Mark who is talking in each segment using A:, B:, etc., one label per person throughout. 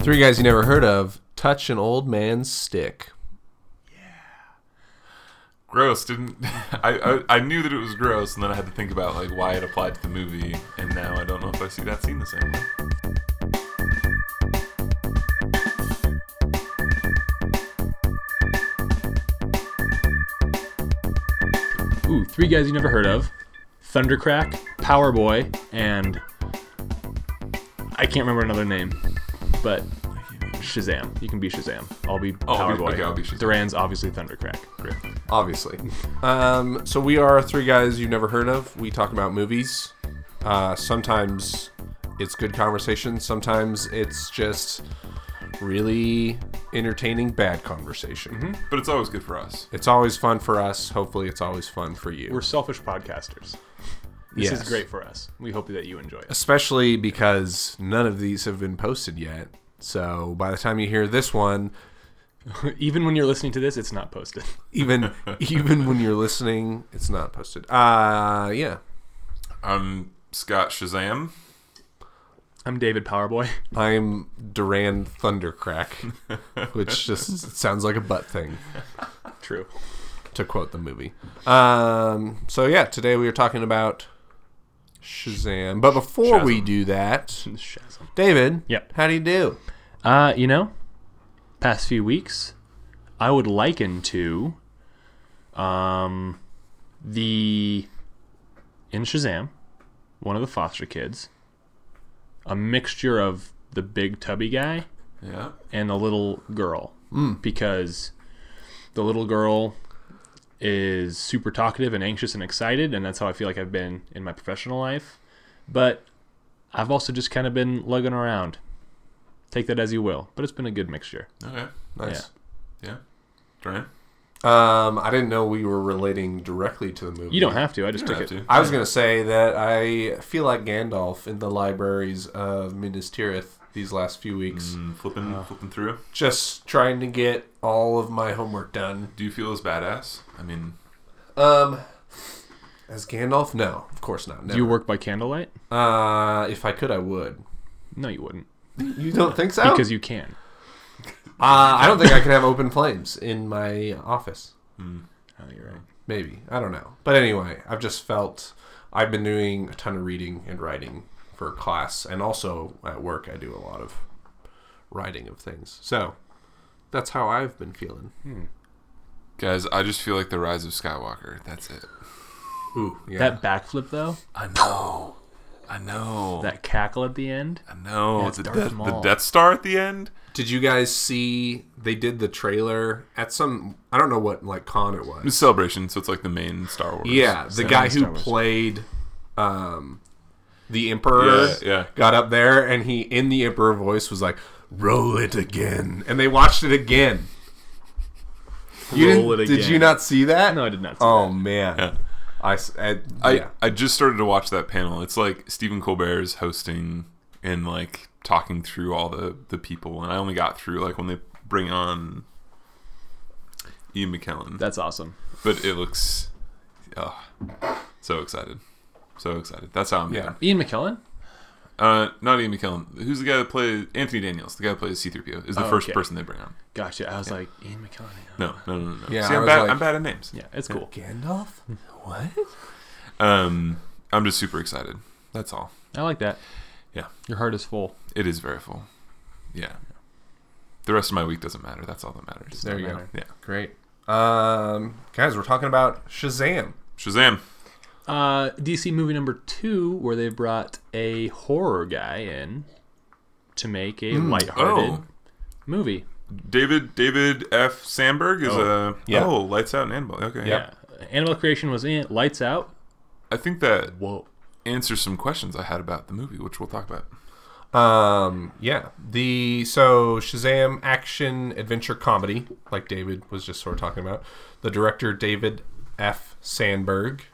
A: Three guys you never heard of touch an old man's stick.
B: Gross. Didn't I, I? I knew that it was gross, and then I had to think about like why it applied to the movie, and now I don't know if I see that scene the same way.
C: Ooh, three guys you never heard of: Thundercrack, Powerboy, and I can't remember another name, but Shazam. You can be Shazam. I'll be
B: Oh, I'll
C: Powerboy.
B: be- okay, I'll be Shazam.
C: Duran's obviously Thundercrack.
B: Great.
A: obviously. Um, so we are three guys you've never heard of. We talk about movies. Uh, sometimes it's good conversation. Sometimes it's just really entertaining bad conversation.
C: Mm-hmm.
B: But it's always good for us.
A: It's always fun for us. Hopefully, it's always fun for you.
C: We're selfish podcasters. This
A: Yes.
C: is great for us. We hope that you enjoy it.
A: Especially because none of these have been posted yet. So by the time you hear this one,
C: Even when you're listening to this, it's not posted.
A: even even when you're listening, it's not posted. Uh yeah.
B: I'm Scott Shazam.
C: I'm David Powerboy.
A: I'm Duran Thundercrack, which just sounds like a butt thing,
C: True.
A: to quote the movie. Um, so yeah, today we are talking about Shazam. But before we do that,
C: Shazam.
A: David,
C: Yep.
A: how do you do?
C: Uh, you know, past few weeks, I would liken to um, the in Shazam, one of the foster kids, a mixture of the big tubby guy
B: Yeah.
C: and the little girl
A: Hmm.
C: because the little girl is super talkative and anxious and excited and that's how I feel like I've been in my professional life but I've also just kind of been lugging around take that as you will but it's been a good mixture
B: Okay.
A: Nice.
B: Yeah. Duran.
A: Um, I didn't know we were relating directly to the movie.
C: you don't have to I just
B: You don't
C: took
B: have
C: it
B: to.
A: I was gonna say that I feel like Gandalf in the libraries of Minas Tirith these last few weeks,
B: Mm, flipping,
C: Oh.
B: flipping through.
A: just trying to get all of my homework done.
B: Do you feel as badass? I mean,
A: Um, as Gandalf, no, of course not.
C: do
A: Never.
C: you work by candlelight
A: Uh, if I could, I would.
C: no you wouldn't
A: You don't think so?
C: because you can
A: uh, I don't think I could have open flames in my office.
C: oh you're right
A: Maybe I don't know. But anyway, I've just felt I've been doing a ton of reading and writing for class, and also at work I do a lot of writing of things. So that's how I've been feeling.
B: guys, I just feel like the rise of Skywalker. That's it.
A: Ooh, yeah.
C: that backflip though
B: I know. I know.
C: that cackle at the end
B: I know.
C: Yeah, it's
B: the,
C: Darth
B: Death- the
C: Maul.
B: Death Star at the end.
A: Did you guys see? They did the trailer at some I don't know what like con it was.
B: It's celebration, so it's like the main Star Wars.
A: Yeah, the guy who
C: Star Wars.
A: played um, the Emperor
B: Yeah, yeah.
A: got up there and he, in the Emperor voice, was like, roll it again. And they watched it again. You
C: Roll
A: didn't-
C: it
A: Did
C: again.
A: you not see that?
C: no I did not see
A: Oh, man.
B: Yeah.
A: I, s- I-
B: I
A: yeah.
B: I just started to watch that panel. It's like Stephen Colbert's hosting and like talking through all the the people, and I only got through like when they bring on Ian McKellen.
C: that. that's awesome
B: but it looks, oh, so excited, so excited. That's how I'm.
A: Yeah.
B: Yeah.
C: Ian McKellen
B: Uh, not Ian McKellen. Who's the guy that plays Anthony Daniels? The guy that plays C-3PO is the
C: Oh,
B: first
C: okay.
B: person they bring on.
C: gotcha I was like Ian McKellen
B: No, no, no, no. no.
A: Yeah,
B: See,
A: I
B: I'm
A: was
B: bad.
A: like-
B: I'm bad at names.
C: yeah it's cool
A: Gandalf? What?
B: Um, I'm just super excited. That's all.
C: I like that.
B: Yeah.
C: Your heart is full.
B: It is very full. Yeah. The rest of my week doesn't matter. That's all that matters.
A: There you go.
C: matter.
B: Yeah.
A: Great. Um, guys, we're talking about Shazam.
B: Shazam.
C: Uh, DC movie number two, where they brought a horror guy in to make
A: Hmm.
C: a lighthearted
B: Oh,
C: movie.
B: David David F. Sandberg is
C: Oh,
B: a
A: yeah.
B: oh lights out and animal. Okay.
C: Yeah. Animal Creation was in. Lights Out.
B: I think that
C: Whoa.
B: answers some questions I had about the movie, which we'll talk about.
A: Um, yeah. The so Shazam action adventure comedy, like David was just sort of talking about. The director David F. Sandberg,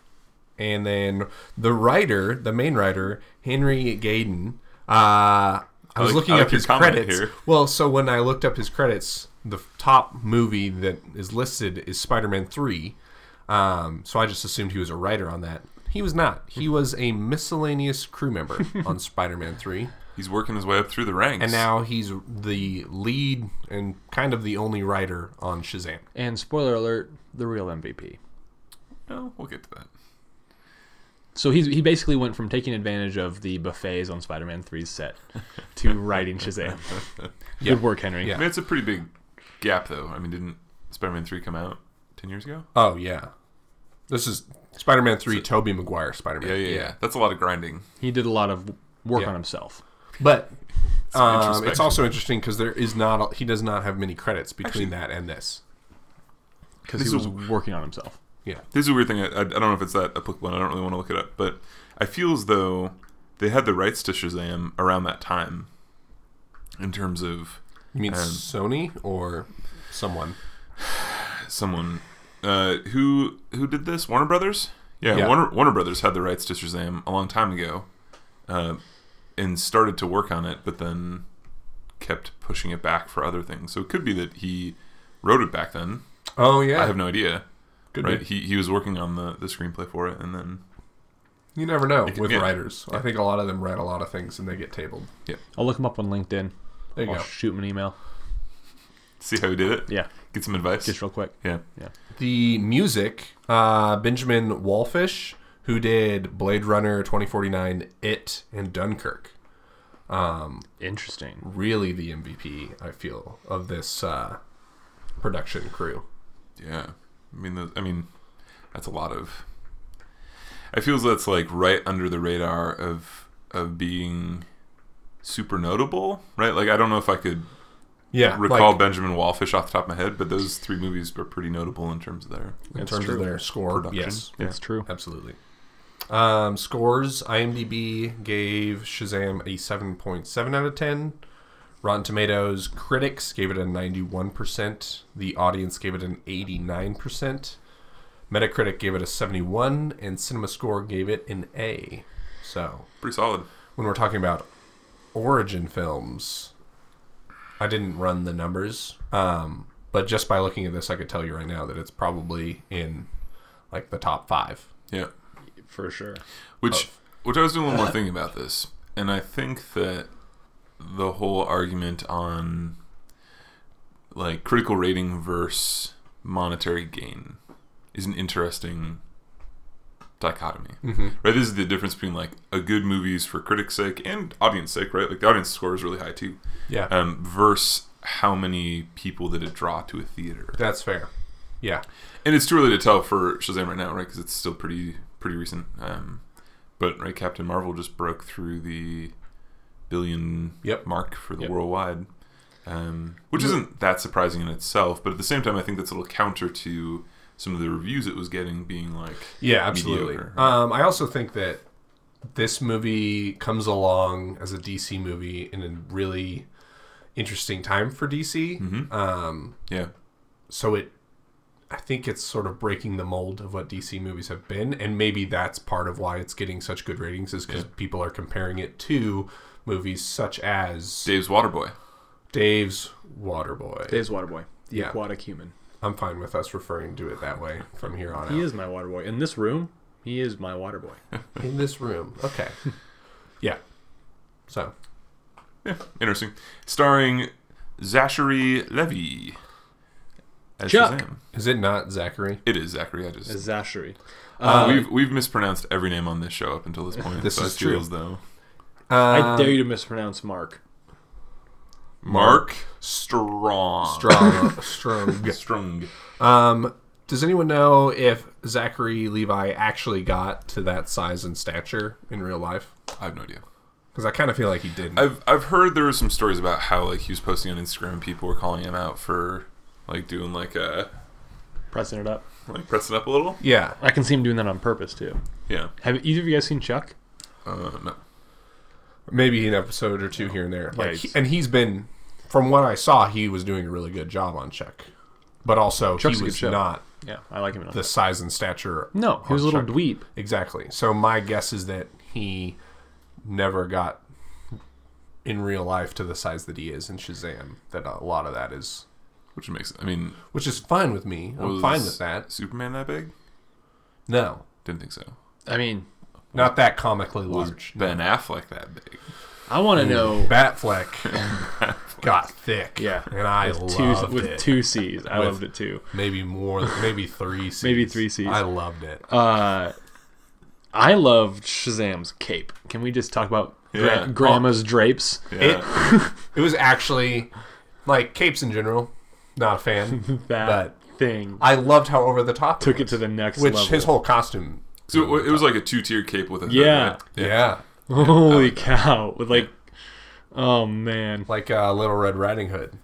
A: and then the writer, the main writer Henry Gayden. Uh, I was
B: like-
A: looking
B: I like
A: up
B: your
A: his
B: comment
A: credits.
B: here.
A: Well, so when I looked up his credits, the top movie that is listed is Spider-Man Three. Um, so I just assumed he was a writer on that. He was not. He was a miscellaneous crew member on Spider-Man Three.
B: He's working his way up through the ranks.
A: and now he's the lead and kind of the only writer on Shazam.
C: And spoiler alert, the real MVP.
B: no, we'll get to that.
C: So he's, he basically went from taking advantage of the buffets on Spider Man 3's set to writing Shazam. Good work, Henry.
B: I mean, it's a pretty big gap, though. I mean, didn't Spider-Man three come out ten years ago?
A: Oh yeah, this is Spider-Man Three, Tobey Maguire Spider-Man.
B: Yeah, yeah, yeah. That's a lot of grinding.
C: He did a lot of work
A: Yeah.
C: on himself.
A: But um, it's
B: introspection.
A: also interesting because there is not he does not have many credits between that and this.
C: because
B: This
C: he was
B: is-
C: working on himself.
A: Yeah,
B: This is a weird thing. I, I, I don't know if it's that applicable. and I don't really want to look it up, but I feel as though they had the rights to Shazam around that time, in terms of
A: you mean
B: Um,
A: Sony or someone?
B: someone uh, who who did this. Warner Brothers. Yeah,
A: Yeah.
B: Warner Warner Brothers had the rights to Shazam a long time ago, uh, and started to work on it, but then kept pushing it back for other things. So it could be that he wrote it back then.
A: Oh yeah,
B: I have no idea.
A: Could
B: right?
A: be.
B: He he was working on the the screenplay for it, and then
A: you never know with
B: yeah.
A: writers. I think a lot of them write a lot of things and they get tabled.
C: I'll look him up on LinkedIn.
A: There you
C: I'll
A: go.
C: shoot him an email.
B: see how he did it.
C: Yeah,
B: Get some advice.
C: just real quick.
B: yeah.
A: The music, uh, Benjamin Wallfish, who did Blade Runner 2049, It, and Dunkirk.
C: Interesting.
A: Really the MVP, I feel, of this uh, production crew.
B: Yeah, I mean, those, I mean, that's a lot of. I feel as that's like right under the radar of of being super notable, right? Like I don't know if I could
A: Yeah,
B: recall
A: like,
B: Benjamin Wallfish off the top of my head, but those three movies are pretty notable in terms of their
A: in
C: That's
A: terms
C: true.
A: of their score.
B: production.
A: Yes,
B: Yeah.
C: That's true.
A: absolutely. Um, scores: IMDb gave Shazam a 7.7 out of 10. Rotten Tomatoes critics gave it a 91%. The audience gave it an 89%. Metacritic gave it a 71, and CinemaScore gave it an A. So
B: pretty solid.
A: when we're talking about origin films, I didn't run the numbers, um, but just by looking at this, I could tell you right now that it's probably in like the top five.
B: Yeah.
C: For sure.
B: Which which I was doing one more thing about this, and I think that the whole argument on like critical rating versus monetary gain is an interesting dichotomy. Right? This is the difference between like a good movie is for critics' sake and audience sake, right? Like the audience score is really high too.
A: Yeah,
B: Um, versus how many people did it draw to a theater?
A: that's fair. Yeah,
B: And it's too early to tell for Shazam right now, right? Because it's still pretty pretty recent. Um, but right, Captain Marvel just broke through the billion
A: Yep. Mm-hmm.
B: mark for the
C: Yep.
B: worldwide, um, which isn't that surprising in itself. But at the same time, I think that's a little counter to some of the reviews it was getting, being like,
A: yeah, absolutely.
B: Mediocre.
A: Um, I also think that this movie comes along as a DC movie in a really interesting time for DC. Um,
B: yeah,
A: so it i think it's sort of breaking the mold of what dc movies have been and maybe that's part of why it's getting such good ratings is because people are comparing it to movies such as
B: Dave's Waterboy.
A: dave's waterboy
C: Dave's Waterboy, the
A: Yeah.
C: aquatic human.
A: i'm fine with us referring to it that way from here on
C: He
A: out
C: is my Waterboy. In this room, he is my Waterboy.
A: in this room okay yeah so
B: Yeah, interesting. Starring Zachary Levy as
C: Chuck.
B: Shazam.
A: is it not zachary
B: It is Zachary. I just Uh,
C: Zashary. Uh,
B: we've we've mispronounced every name on this show up until this point.
A: uh, This
B: so
A: is
B: I feel
A: true.
B: as though
C: I dare you to mispronounce Mark.
B: Mark Strong.
A: strong Uh, strong
B: Strong.
A: um does anyone know if zachary levi actually got to that size and stature in real life
B: I have no idea.
A: because i kind of feel like he didn't
B: I've I've heard there were some stories about how like he was posting on Instagram and people were calling him out for like doing like a
C: Pressing it up.
B: like pressing up a little.
A: yeah
C: I can see him doing that on purpose too.
B: Yeah.
C: Have either of you guys seen Chuck?
B: Uh, no.
A: maybe an episode or two here and there. Like,
C: he's-
A: he- and he's been, from what I saw, he was doing a really good job on Chuck, but also
C: Chuck's
A: he
C: a good
A: was
C: show.
A: not
C: Yeah, I like him. in
A: the
C: This.
A: size and stature.
C: No, he was a little
A: Chuck.
C: dweeb.
A: exactly. So my guess is that he never got in real life to the size that he is in Shazam. That a lot of that is,
B: Which makes I mean
A: which is fine with me. I'm
B: was
A: fine with that.
B: Superman that big?
A: No,
B: Didn't think so.
C: I mean,
A: not that comically large.
B: Ben Affleck that big?
C: I want to know.
A: Batfleck got thick.
C: Yeah.
A: and I
C: with two
A: loved
C: with
A: it.
C: two C's. I
A: With-
C: loved it too.
A: Maybe more, than- maybe three. C's.
C: Maybe three Cs.
A: I loved it.
C: Uh, I loved Shazam's cape. Can we just talk about gra-
B: Yeah.
C: Grandma's drapes?
B: Yeah.
A: It was actually like capes in general. Not a fan,
C: That
A: but
C: thing
A: I loved how over the top
C: took it
A: was,
C: to the next
A: which
C: level.
A: his whole costume.
B: so it, wa- it was like a two tier cape with a hood,
C: Yeah.
B: right?
A: Yeah,
C: Holy cow! With like, oh man,
A: like uh, Little Red Riding Hood,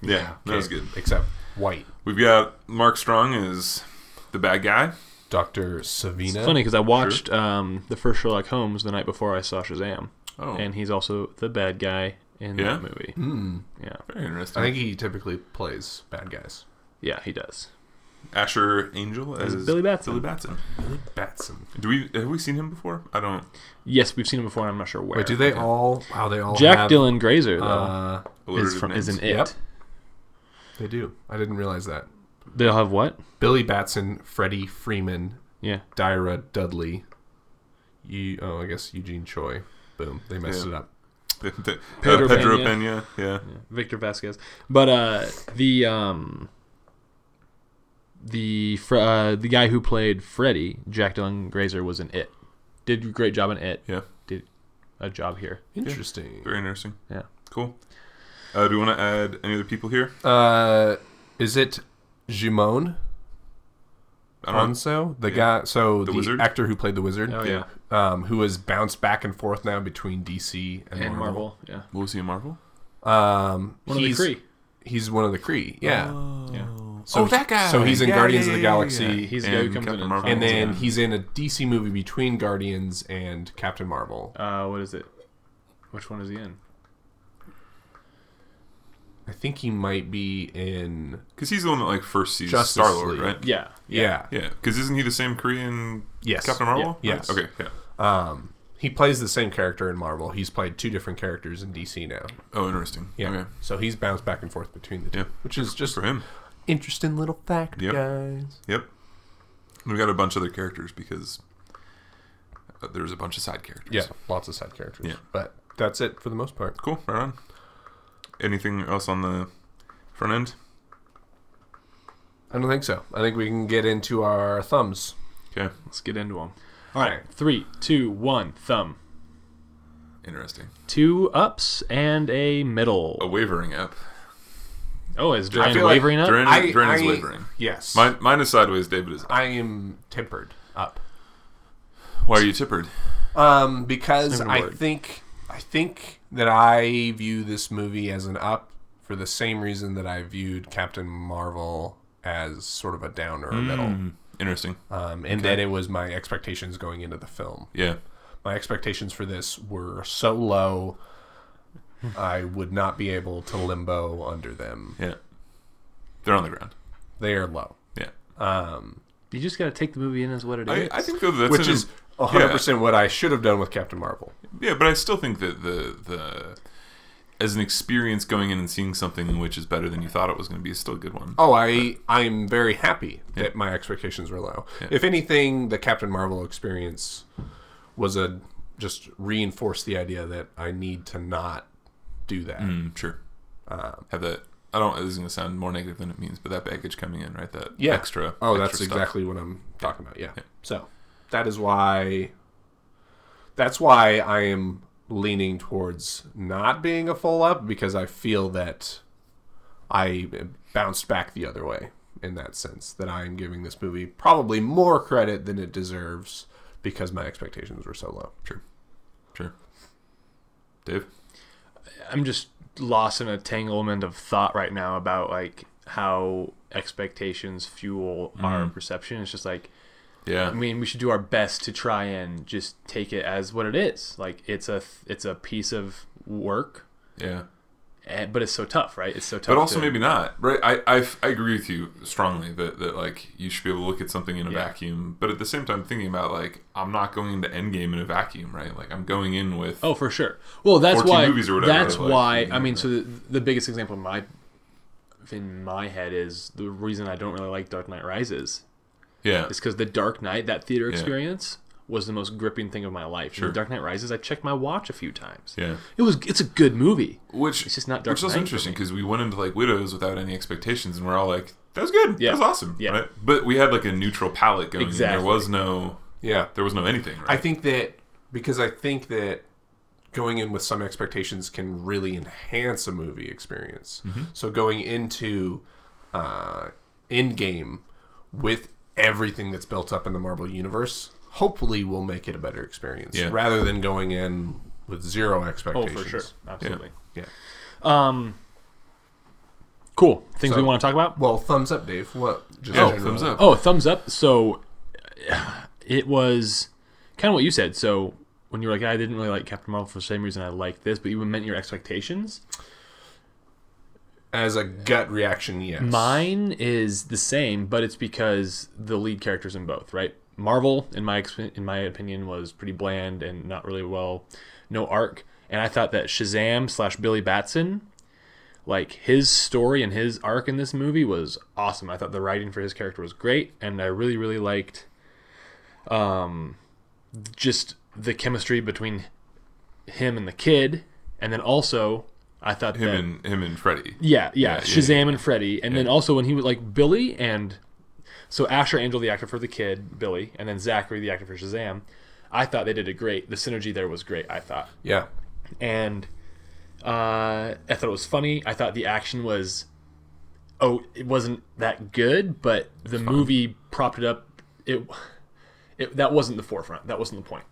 B: yeah, that was good.
A: except white.
B: We've got Mark Strong is the bad guy.
A: Doctor Savina.
C: it's funny because I watched um, the first Sherlock Holmes the night before I saw Shazam,
B: Oh,
C: and he's also the bad guy in
B: Yeah?
C: that movie.
A: Hmm.
C: Yeah,
B: very interesting.
A: I think he typically plays bad guys.
C: yeah, he does.
B: Asher Angel as
C: Billy Batson.
B: Billy Batson.
A: Batson.
B: Do we have we seen him before? I don't.
C: Yes, we've seen him before. and I'm not sure where.
A: Wait, do they all? Wow, they all.
C: Jack
A: have,
C: Dylan Grazer though
A: Uh,
B: alliterative
C: is from
B: names.
C: is an it.
A: Yep. they do. I didn't realize that.
C: They'll have what?
A: Billy Batson, Freddie Freeman,
C: Yeah.
A: Dyra Dudley. You, oh, I guess Eugene Choi. Boom, they messed
B: Yeah.
A: it up.
B: The- the- uh,
C: Pedro
B: Pedro,
C: Peña.
B: Pena. Yeah.
C: Victor Vasquez. But uh, the um, the fr- uh, the guy who played Freddy, Jack Dylan Grazer, was in It. Did a great job in It.
B: yeah,
C: Did a job here.
A: Interesting.
B: Very interesting.
C: Yeah.
B: Cool. Uh, do you want to add any other people here?
A: Uh, is it Jimon
B: I don't.
A: Ponso, the guy? So the,
B: wizard?
A: actor who played the wizard,
C: Oh yeah.
B: Yeah.
A: um, who has bounced back and forth now between DC and,
C: And
A: Marvel.
C: Marvel. Yeah.
B: What was he in Marvel?
A: Um,
C: One of the
A: he's-
C: Kree.
A: He's one of the Kree. Yeah.
C: Yeah.
A: So,
B: Oh, that guy.
A: So he's in
B: Yeah,
A: Guardians
B: yeah,
A: of the
B: yeah, yeah,
A: Galaxy,
B: yeah.
C: He's the guy who
B: And
C: comes
B: Captain
C: in and,
B: Marvel.
A: and
C: finds
A: then
C: him.
A: he's in a DC movie between Guardians and Captain Marvel.
C: uh, what is it? Which one is he in?
A: I think he might be in.
B: because he's the one that like first sees
A: Justice
B: Star Lord,
A: League.
B: right?
C: Yeah.
A: Yeah.
B: Yeah. Because isn't he the same Korean
A: Yes.
B: Captain Marvel?
A: Yeah. Yes.
B: Okay. Yeah.
A: Um, he plays the same character in Marvel. He's played two different characters in DC now.
B: Oh, interesting.
A: Yeah.
B: Okay.
A: So he's bounced back and forth between the two,
B: Yeah.
A: which is just
B: For him.
A: interesting little fact,
B: Yep.
A: guys.
B: Yep. We got a bunch of other characters because uh, there's a bunch of side characters.
A: Yeah, lots of side characters.
B: Yeah.
A: But that's it for the most part.
B: Cool. Right on. Anything else on the front end?
A: I don't think so. I think we can get into our thumbs.
B: Okay.
C: Let's get into him.
A: All right.
C: Three, two, one. Thumb.
B: Interesting.
C: Two ups and a
B: A
C: middle.
B: wavering up.
C: Oh, is Duran
A: feel like
C: wavering up?
B: Duran,
A: I-
B: Duran is
A: I-
B: wavering.
A: Yes.
B: Mine, mine is sideways. David is.
A: I am tempered up.
B: Why are you tippered?
A: Um, because
C: Never
A: I
C: worked.
A: think I think that I view this movie as an up for the same reason that I viewed Captain Marvel as sort of a down or a middle,
B: Mm. Hmm, Interesting.
A: um, and that it was my expectations going into the film.
B: Yeah.
A: My expectations for this were so low, I would not be able to limbo under them.
B: Yeah. They're on the ground.
A: They are low,
B: Yeah.
C: You just got to take the movie in as what it is.
B: I, I think though that's
A: which
B: an-
A: is hundred percent what I should have done with Captain Marvel.
B: Yeah, but I still think that the the as an experience going in and seeing something which is better than you thought it was going to be is still a good one.
A: Oh, I I'm very happy that my expectations were low. If anything, the Captain Marvel experience was a just reinforced the idea that I need to not do that.
B: Mm, sure.
A: Um.
B: Have that. I don't. This is going to sound more negative than it means, but that baggage coming in, right? That
A: Yeah.
B: extra.
A: Oh,
B: extra
A: that's
B: stuff.
A: exactly what I'm talking about. Yeah. So that is why. That's why I am leaning towards not being a full up because I feel that I bounced back the other way in that sense. That I am giving this movie probably more credit than it deserves because my expectations were so low.
B: Sure. Sure. Dave.
C: I'm just lost in a tanglement of thought right now about like how expectations fuel
B: Mm-hmm.
C: our perception. It's just like
B: Yeah.
C: I mean, we should do our best to try and just take it as what it is. Like it's a it's a piece of work,
B: yeah.
C: and, but it's so tough, right? It's so tough.
B: But also
C: to-
B: maybe not. Right. I, I f- I agree with you strongly that that like you should be able to look at something in a
C: Yeah.
B: vacuum, but at the same time thinking about like I'm not going into Endgame in a vacuum, right? Like I'm going in with.
C: Oh, for sure. Well, that's
B: 14
C: why.
B: movies or whatever,
C: that's
B: like,
C: why.
B: you
C: I mean,
B: know.
C: so the, the biggest example in my in my head is the reason I don't really like Dark Knight Rises
B: yeah.
C: is because the Dark Knight that theater experience was the most gripping thing of my life.
B: Sure.
C: The Dark Knight Rises, I checked my watch a few times.
B: Yeah.
C: It was it's a good movie.
B: Which
C: It's just not Dark
B: Which was
C: Knight for
B: interesting
C: me.
B: because we went into like Widows without any expectations, and we're all like, "That was good.
C: Yeah.
B: That was awesome."
C: Yeah.
B: Right? But we had like a neutral palette going. and
C: Exactly.
B: There was no.
A: Yeah.
B: There was no anything. Right?
A: I think that because I think that going in with some expectations can really enhance a movie experience.
C: Mm-hmm.
A: So going into uh, Endgame with everything that's built up in the Marvel universe, hopefully, will make it a better experience
B: Yeah.
A: rather than going in with zero
C: Oh,
A: expectations.
C: for sure. Absolutely.
A: Yeah.
C: Um cool. Things we
A: So-
C: want to talk about?
A: Well, thumbs up, Dave. What? Just
B: Yeah,
A: general-
B: thumbs up.
C: Oh, thumbs up. So it was kind of what you said. So when you were like, I didn't really like Captain Marvel for the same reason I liked this, but you meant your expectations.
A: As a gut reaction, yes.
C: Mine is the same, but it's because the lead characters in both, right? Marvel, in my exp- in my opinion, was pretty bland and not really well, no arc. And I thought that Shazam slash Billy Batson, like his story and his arc in this movie was awesome. I thought the writing for his character was great, and I really really liked, um, just the chemistry between him and the kid, and then also I thought
B: him
C: that,
B: and him and Freddy.
C: yeah, yeah,
B: Yeah, yeah,
C: Shazam and Freddy, and then also when he was like Billy and so Asher Angel, the actor for the kid Billy, and then Zachary, the actor for Shazam. I thought they did a great. The synergy there was great. I thought,
A: Yeah.
C: and uh, I thought it was funny. I thought the action was, oh, it wasn't that good, but the movie propped it up. It, it that wasn't the forefront. That wasn't the point.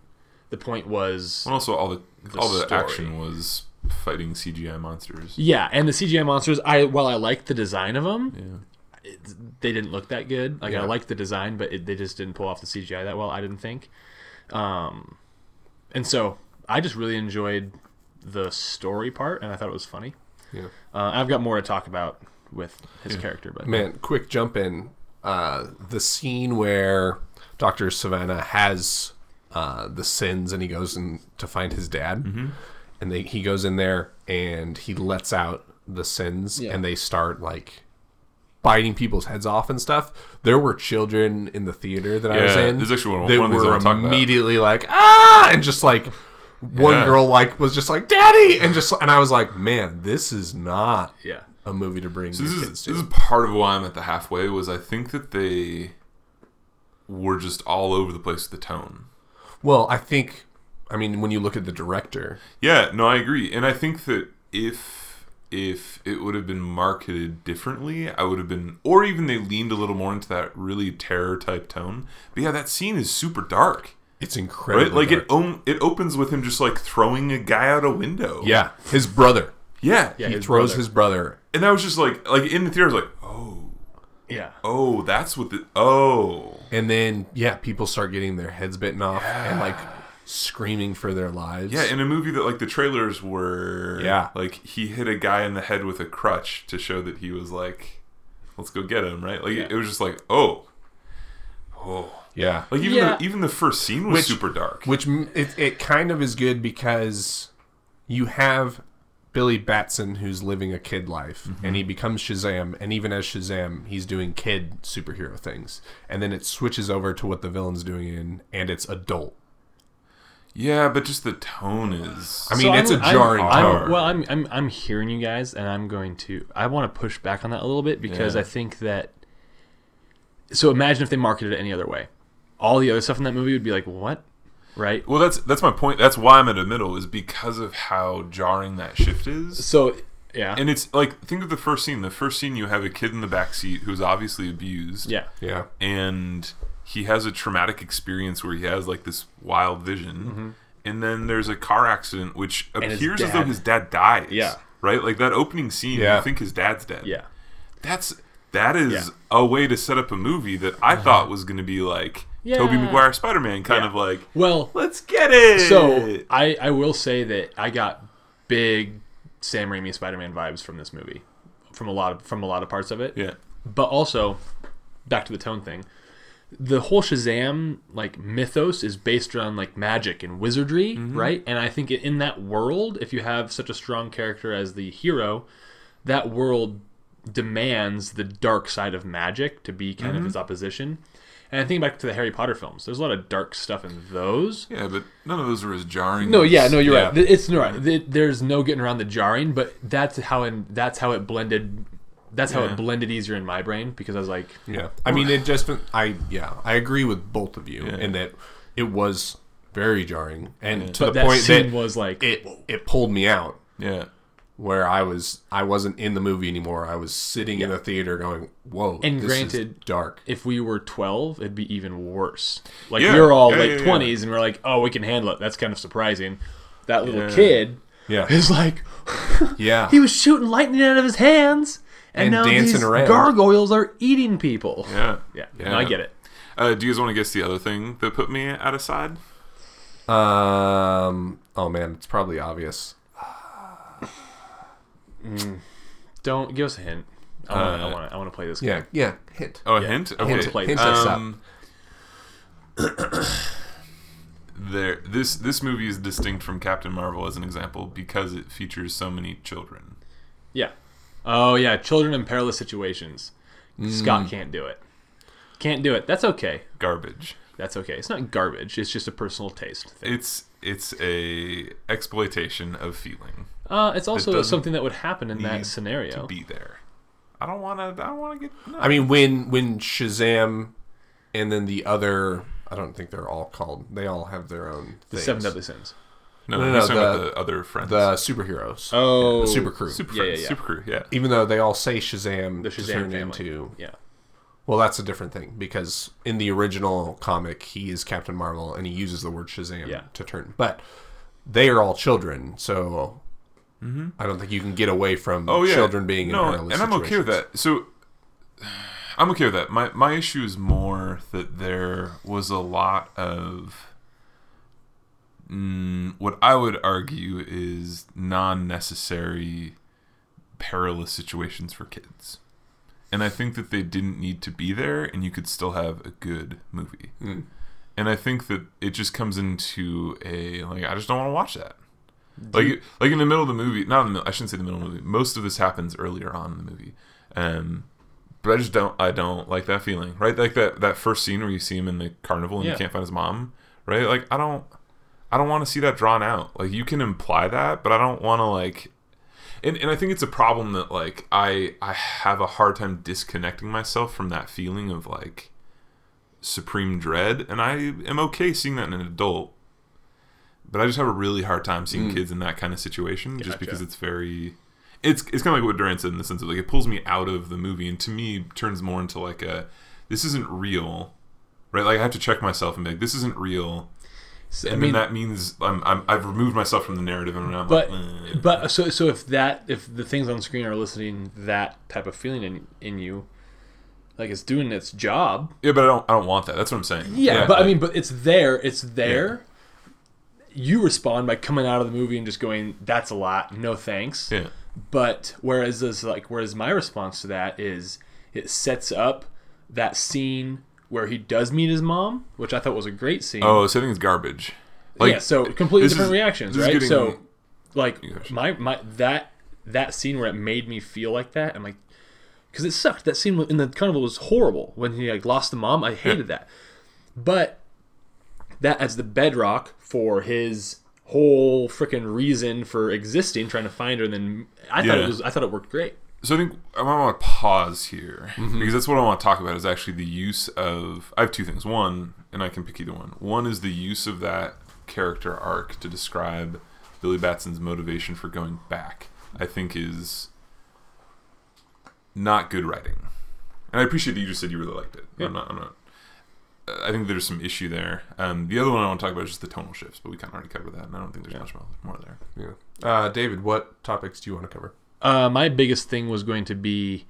C: The point was
B: And also, all the, all the
C: story.
B: action was fighting CGI monsters.
C: Yeah, and the CGI monsters. I while I liked the design of them, it, they didn't look that good. Like I
A: Yeah.
C: liked the design, but it, they just didn't pull off the CGI that well. I didn't think. Um, and so I just really enjoyed the story part, and I thought it was funny.
A: Yeah.
C: Uh, I've got more to talk about with his character, but
A: Man, quick jump in. Uh, the scene where Dr. Savannah has uh, the sins and he goes in to find his dad.
B: Mm-hmm.
A: And they, he goes in there and he lets out the sins
C: Yeah.
A: and they start like biting people's heads off and stuff. There were children in the theater that I was
B: Yeah,
A: in
B: there's actually one-
A: that
B: one of these I
A: were
B: wanna talk about.
A: immediately like, ah! And just like, one
B: Yeah.
A: girl like was just like daddy and just and I was like man this is not
C: yeah,
A: a movie to bring
B: So
A: your
B: this
A: kids
B: is
A: to.
B: this is part of why I'm at the halfway. Was I think that they were just all over the place with the tone.
A: Well, I think, I mean, when you look at the director,
B: Yeah, no, I agree, and I think that if if it would have been marketed differently, I would have been, or even they leaned a little more into that really terror type tone. But yeah, that scene is super dark,
A: it's
B: right?
A: incredible.
B: like it om- it opens with him just like throwing a guy out a window.
A: yeah, his brother.
B: yeah,
C: Yeah,
A: He
C: his
A: throws
C: brother.
A: his brother.
B: And I was just like, like in the theater, I was like, oh,
C: yeah.
B: oh, that's what the oh,
A: And then, yeah, people start getting their heads bitten off and like screaming for their lives.
B: yeah. In a movie that like the trailers were,
A: Yeah.
B: like he hit a guy in the head with a crutch to show that he was like, let's go get him, right? Like
C: Yeah.
B: it was just like, oh, oh,
A: yeah.
B: like even
C: Yeah.
B: the, even the first scene was
A: Which-
B: super dark.
A: Which m- it, it kind of is good because you have Billy Batson who's living a kid life
C: Mm-hmm.
A: and he becomes Shazam. And even as Shazam, he's doing kid superhero things. And then it switches over to what the villain's doing in, and it's adult.
B: yeah, but just the tone is.
A: I mean, it's a
C: I'm-
A: jarring
C: I'm-
A: tone.
C: well, I'm, I'm I'm hearing you guys, and I'm going to. I want to push back on that a little bit because
B: Yeah.
C: I think that. So imagine if they marketed it any other way, all the other stuff in that movie would be like what, right?
B: well, that's that's my point. That's why I'm at a middle is because of how jarring that shift is.
C: So yeah,
B: And it's like think of the first scene. The first scene you have a kid in the back seat who's obviously abused.
C: yeah,
A: yeah.
B: And he has a traumatic experience where he has like this wild vision. And then there's a car accident which
C: Mm-hmm. his
B: appears as though
C: dad-
B: his dad dies.
C: Yeah.
B: Right? Like that opening scene,
A: Yeah.
B: you think his dad's dead.
C: yeah,
B: That's that is
C: Yeah.
B: a way to set up a movie that I thought was gonna be like Toby
C: Yeah.
B: Maguire Spider Man kind
C: Yeah.
B: of like
C: Well,
B: Let's get it.
C: so I I will say that I got big Sam Raimi Spider-Man vibes from this movie, from a lot of from a lot of parts of it.
B: Yeah.
C: but also back to the tone thing the whole shazam like mythos is based around like magic and wizardry right and i think in that world if you have such a strong character as the hero that Mm-hmm. world demands the dark side of magic to be kind of his opposition And I think back to the Harry Potter films. There's a lot of dark stuff in those.
B: Yeah, but none of those were as jarring.
C: No,
B: as-
C: yeah, no, you're
A: Yeah.
C: right. Th- It's no right. Th- There's no getting around the jarring, but that's how in that's how it blended. That's how
B: Yeah.
C: it blended easier in my brain because I was like,
A: Yeah, I mean, it just I yeah, I agree with both of you
B: Yeah.
A: in that it was very jarring, and to
C: but
A: the
C: that
A: point
C: scene
A: that
C: was like,
A: it it pulled me out
B: Yeah.
A: where I was I wasn't in the movie anymore. I was sitting in the theater going, "Whoa!"
C: And
A: this is
C: granted-
A: dark.
C: if we were 12, it'd be even worse. Like
B: Yeah.
C: we were all
B: Yeah,
C: like
B: yeah, yeah.
C: 20s and we're like, oh, we can handle it. That's kind of surprising. That little
B: Yeah.
C: kid
A: Yeah,
C: is like,
A: yeah,
C: he was shooting lightning out of his hands,
A: And
C: and, now
A: dancing
C: these
A: around.
C: gargoyles are eating people.
B: Yeah.
C: Yeah, No, I get it.
B: Uh, do you guys want to guess the other thing that put me at a side?
A: Um. Oh man, it's probably obvious.
C: Don't give us a hint. I want to. I want to. I want to play this.
A: Uh, Yeah.
C: game.
A: Yeah. Hit.
B: Oh, a hint. Okay.
C: Hint- play
A: hint us
B: um, there. This this movie is distinct from Captain Marvel as an example because it features so many children.
C: Yeah. Oh yeah, children in perilous situations.
A: Mm.
C: Scott can't do it. Can't do it. That's okay.
B: Garbage.
C: That's okay. It's not garbage. It's just a personal taste thing.
B: It's it's a exploitation of feeling
C: Uh, it's also
B: doesn't
C: something that would happen in that
B: need to
C: scenario.
B: be there. I don't want to. I don't want to get. No.
A: I mean, when when Shazam, and then the other. I don't think they're all called. They all have their own.
C: the
A: things.
C: seven deadly sins.
B: no,
A: no,
B: no,
A: no,
B: about
A: the-
B: the other friends.
A: The superheroes.
C: Oh,
A: the super crew.
B: super
C: yeah, yeah,
B: friends.
C: yeah.
B: Super crew. Yeah.
A: Even though they all say Shazam,
C: The
A: to
C: Shazam
A: turn
C: family.
A: into
C: Yeah.
A: well, that's a different thing because in the original comic, he is Captain Marvel and he uses the word Shazam
C: Yeah.
A: to turn. But they are all children, so I don't think you can get away from
B: Mm-hmm. oh yeah
A: children being
B: no
A: in perilous
B: and i'm okay with
A: situations.
B: that so i'm okay with that my my issue is more that there was a lot of mm, what i would argue is non-necessary perilous situations for kids and i think that they didn't need to be there and you could still have a good movie
A: Mm.
B: and i think that it just comes into a like i just don't want to watch that like like in the middle of the movie not in the middle i shouldn't say the middle of the movie most of this happens earlier on in the movie um but i just don't i don't like that feeling right like that that first scene where you see him in the carnival and
C: Yeah.
B: you can't find his mom right like i don't i don't want to see that drawn out like you can imply that but i don't want to like and, and i think it's a problem that like i i have a hard time disconnecting myself from that feeling of like supreme dread and i am okay seeing that in an adult but I just have a really hard time
C: Mm.
B: seeing kids in that kind of situation just
C: Gotcha.
B: because it's very it's it's kind of like what Durant said in the sense of like it pulls me out of the movie and to me turns more into like a this isn't real right like I have to check myself and be like this isn't real
C: So,
B: and
C: I mean,
B: then that means I'm, I'm I've removed myself from the narrative and I'm
C: but
B: like eh.
C: but so so if that if the things on screen are eliciting that type of feeling in in you, like it's doing its job.
B: yeah but I don't I don't want that that's what I'm saying
C: Yeah, but I
B: like,
C: mean, but it's there. It's there. You respond by coming out of the movie and just going, "That's a lot. No thanks."
B: yeah
C: But whereas this, like, whereas my response to that is, it sets up that scene where he does meet his mom, which I thought was a great scene.
B: oh so I think it's garbage like
C: yeah, so completely
B: this
C: different
B: is-
C: reactions,
B: this is
C: right?
B: getting-
C: so, like,
B: gosh.
C: my my that that scene where it made me feel like that, I'm like, because it sucked. That scene in the carnival was horrible when he like lost the mom. I hated that, but that as the bedrock for his whole freaking reason for existing, trying to find her. And then I thought
B: Yeah.
C: it was I thought it worked great.
B: so I think I want to pause here because that's what I want to talk about is actually the use of. I have two things. One, and I can pick either one. One is the use of that character arc to describe Billy Batson's motivation for going back. I think is not good writing, and I appreciate that you just said you really liked it. I'm not. I'm not. uh, I think there's some issue there. Um, the other one I want to talk about is just the tonal shifts, but we kind of already covered that, and I don't think there's much more there.
A: Yeah. Uh, David, what topics do you want to cover?
C: Uh, my biggest thing was going to be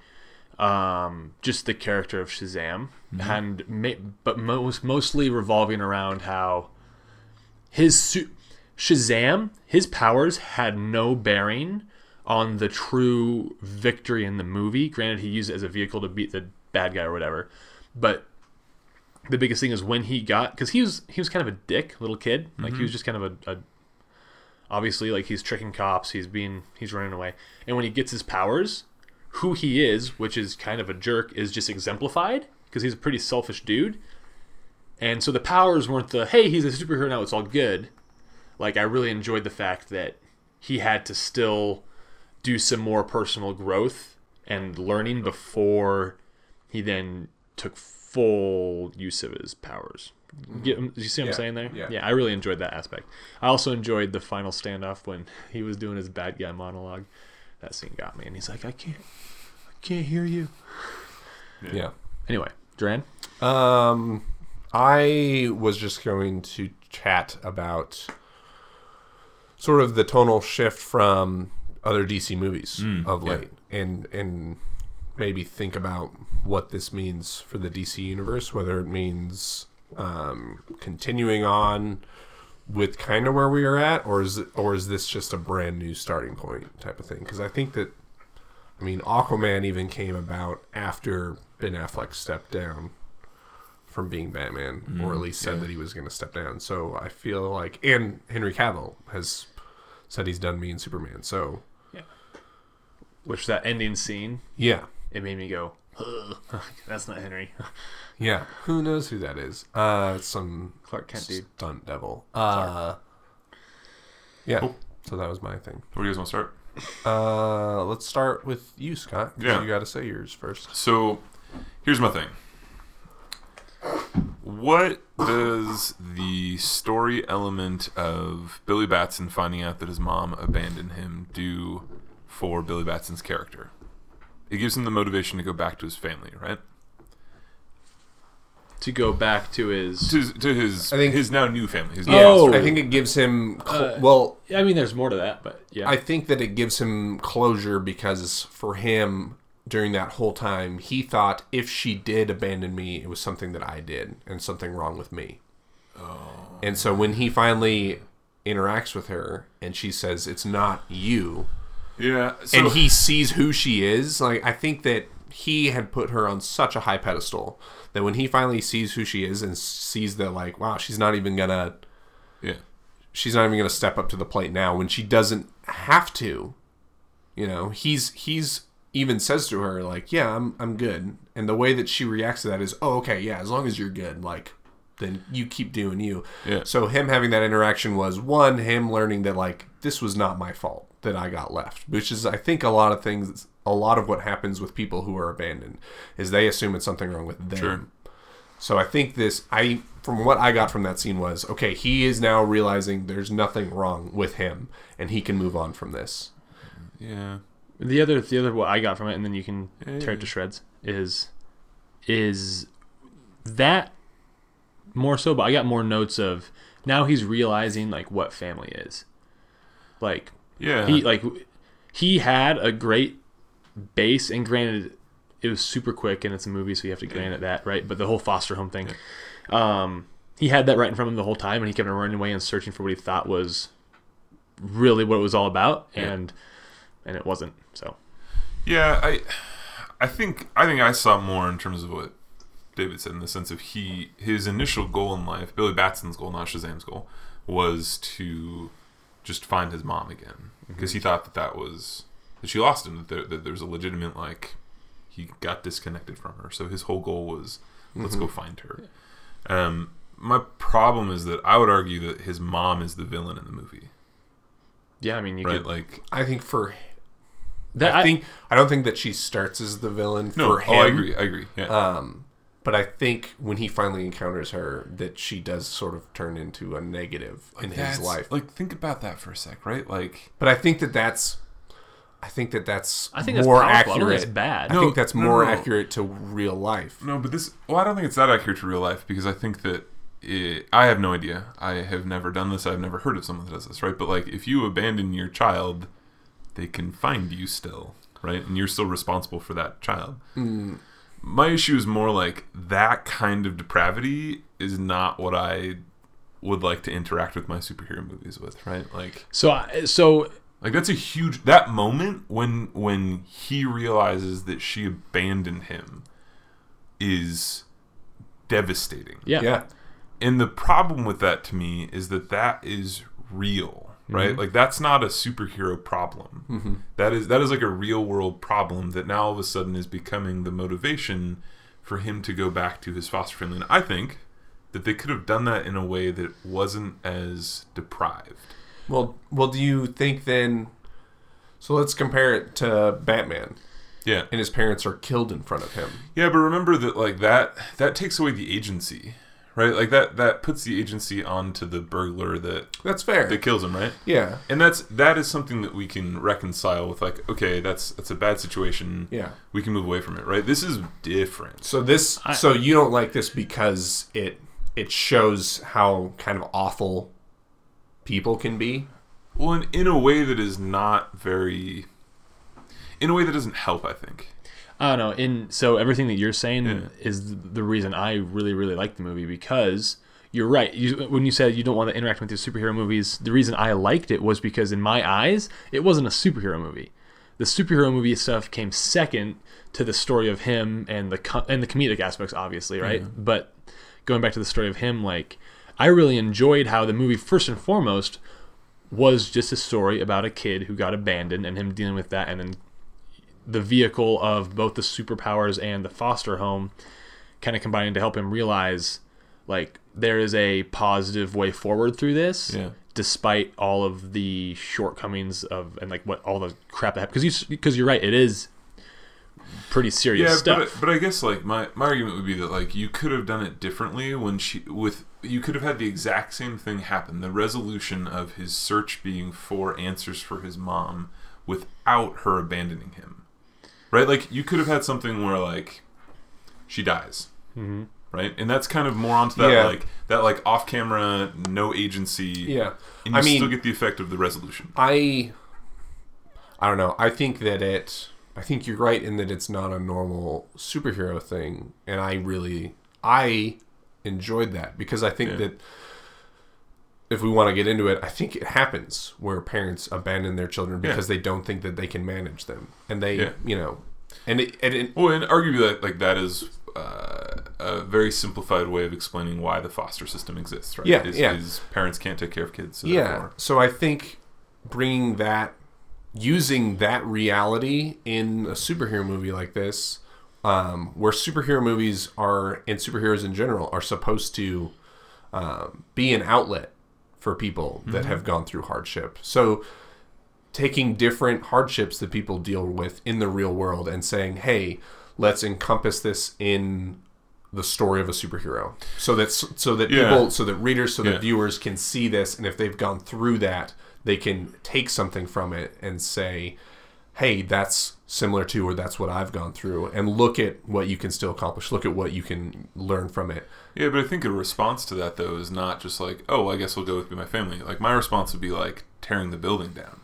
C: um, just the character of Shazam, and ma- but most mostly revolving around how his su- Shazam, his powers had no bearing on the true victory in the movie. Granted, he used it as a vehicle to beat the bad guy or whatever, but the biggest thing is when he got because he was he was kind of a dick little kid, like he was just kind of a, a obviously like he's tricking cops he's being he's running away and when he gets his powers who he is which is kind of a jerk is just exemplified because he's a pretty selfish dude And so the powers weren't the hey, he's a superhero now, it's all good. Like I really enjoyed the fact that he had to still do some more personal growth and learning before he then took full use of his powers. Get, do you see what
A: Yeah,
C: I'm saying there?
A: yeah.
C: yeah, I really enjoyed that aspect. I also enjoyed the final standoff when he was doing his bad guy monologue. That scene got me, and he's like, "I can't, I can't hear you."
A: Yeah.
C: Anyway, Duran,
A: Um, I was just going to chat about sort of the tonal shift from other DC movies of late, and and maybe think about what this means for the DC universe, whether it means um, continuing on with kind of where we are at, or is it, or is this just a brand new starting point type of thing? Because I think that. I mean, Aquaman even came about after Ben Affleck stepped down from being Batman, or at least said that he was going to step down. So I feel like, and Henry Cavill has said he's done me and Superman. So
C: which that ending scene,
A: yeah,
C: it made me go, "Ugh, "That's not Henry."
A: yeah. Who knows who that is? Uh, some
C: Clark Kent, dude.
A: stunt devil. Uh, yeah. So that was my thing.
B: Where do you guys want to start?
A: Uh, let's start with you, Scott. 'cause
B: Yeah.
A: You got to say yours first.
B: So, here's my thing. What does the story element of Billy Batson finding out that his mom abandoned him do for Billy Batson's character? It gives him the motivation to go back to his family, right?
C: To go back to his,
B: To his, to his,
A: I think-
B: his now new family. His
C: Yeah. Oh.
A: I think it gives him cl- well.
C: I mean, there's more to that, but yeah,
A: I think that it gives him closure because for him during that whole time he thought if she did abandon me it was something that I did and something wrong with me. Oh. And so when he finally interacts with her and she says it's not you
B: yeah. So
A: and he sees who she is like I think that he had put her on such a high pedestal that when he finally sees who she is and sees that like wow she's not even going to
B: yeah.
A: she's not even going to step up to the plate now when she doesn't have to. You know, he's he's even says to her like, "Yeah, I'm I'm good." And the way that she reacts to that is, "Oh, okay, yeah, as long as you're good, like then you keep doing you."
B: Yeah.
A: So him having that interaction was one him learning that like this was not my fault that I got left, which is I think a lot of things a lot of what happens with people who are abandoned is they assume it's something wrong with them.
B: Sure.
A: So I think this I from what I got from that scene was okay, he is now realizing there's nothing wrong with him and he can move on from this.
B: Yeah.
C: the other, the other what I got from it, and then you can tear it
B: yeah.
C: to shreds. Is, is that more so? But I got more notes of now he's realizing like what family is, like
B: Yeah.
C: he like he had a great base and granted it was super quick and it's a movie so you have to grant it that right but the whole foster home thing um he had that right in front of him the whole time and he kept on running away and searching for what he thought was really what it was all about and and it wasn't so
B: Yeah, I, I think I think I saw more in terms of what David said in the sense of he his initial goal in life, Billy Batson's goal, not Shazam's goal, was to just find his mom again because he thought that that was that she lost him, that there, that there was a legitimate like he got disconnected from her. So his whole goal was let's go find her. Um, my problem is that I would argue that his mom is the villain in the movie,
C: yeah i mean you
B: right?
C: could
B: Like
A: I think for
C: that
A: I think I don't think that she starts as the villain
B: no,
A: for him.
B: oh, I agree, I agree. Yeah,
A: But I think when he finally encounters her that she does sort of turn into a negative in his
B: That's-
A: life.
B: Like, think about that for a sec, right? Like,
A: But I think that that's I think that that's
C: I think that's
A: more
C: powerful. I don't think
A: accurate.
C: it's bad.
A: I
B: No,
A: think that's
B: no,
A: more
B: no, no.
A: accurate to real life.
B: no, but this. Well, I don't think it's that accurate to real life because I think that it, I have no idea. I have never done this. I've never heard of someone that does this, right? But like, if you abandon your child, they can find you still, right? And you're still responsible for that child. Mm. My issue is more like that kind of depravity is not what I would like to interact with my superhero movies with, right? Like,
C: so I- so
B: Like that's a huge that moment when when he realizes that she abandoned him is devastating.
C: yeah,
A: Yeah.
B: And the problem with that to me is that that is real, right? Like that's not a superhero problem. That is that is like a real world problem that now all of a sudden is becoming the motivation for him to go back to his foster family. And I think that they could have done that in a way that wasn't as deprived.
A: Well, well, do you think then? So let's compare it to Batman,
B: Yeah.
A: and his parents are killed in front of him.
B: Yeah, but remember that like that that takes away the agency, right? Like that that puts the agency onto the burglar that
A: That's fair.
B: that kills him, right?
A: yeah,
B: And that's that is something that we can reconcile with like okay, that's that's a bad situation.
A: yeah.
B: We can move away from it, right? This is different.
A: So this, so you don't like this because it it shows how kind of awful people can be.
B: Well, in, in a way that is not very in a way that doesn't help, I think.
C: I don't know. In so everything that you're saying
B: Yeah.
C: is th- the reason I really really like the movie because you're right. You, when you said you don't want to interact with these superhero movies, the reason I liked it was because in my eyes, it wasn't a superhero movie. The superhero movie stuff came second to the story of him and the co- and the comedic aspects, obviously, right? But going back to the story of him, like I really enjoyed how the movie first and foremost was just a story about a kid who got abandoned and him dealing with that and then the vehicle of both the superpowers and the foster home kind of combining to help him realize like there is a positive way forward through this
B: Yeah.
C: despite all of the shortcomings of and like what all the crap that happened because you because you're right it is pretty serious
B: yeah,
C: stuff
B: But, but I guess like my, my argument would be that like you could have done it differently when she with you could have had the exact same thing happen the resolution of his search being for answers for his mom without her abandoning him, right? Like you could have had something where like she dies. Right, and that's kind of more onto that
A: Mm-hmm. Yeah.
B: like that like off camera, no agency.
A: Yeah,
B: and you
A: I mean,
B: still get the effect of the resolution.
A: I I don't know. I think that it I think you're right in that it's not a normal superhero thing and I really I enjoyed that because I think
B: Yeah.
A: that if we want to get into it, I think it happens where parents abandon their children
B: Yeah.
A: because they don't think that they can manage them and they,
B: Yeah.
A: you know, and it, and it,
B: Well, and arguably, like, like that is uh, a very simplified way of explaining why the foster system exists, right?
A: Yeah,
B: is,
A: yeah.
B: is parents can't take care of kids. So
A: yeah.
B: therefore-
A: So I think bringing that using that reality in a superhero movie like this, um, where superhero movies are and superheroes in general are supposed to um, be an outlet for people that
B: Mm-hmm.
A: have gone through hardship. So taking different hardships that people deal with in the real world and saying, "Hey, let's encompass this in." the story of a superhero so that so that
B: Yeah.
A: people so that readers so that
B: Yeah.
A: viewers can see this and if they've gone through that they can take something from it and say hey that's similar to or that's what i've gone through and look at what you can still accomplish look at what you can learn from it
B: yeah, but I think a response to that though is not just like, oh, well, I guess I'll go with my family. Like my response would be like tearing the building down.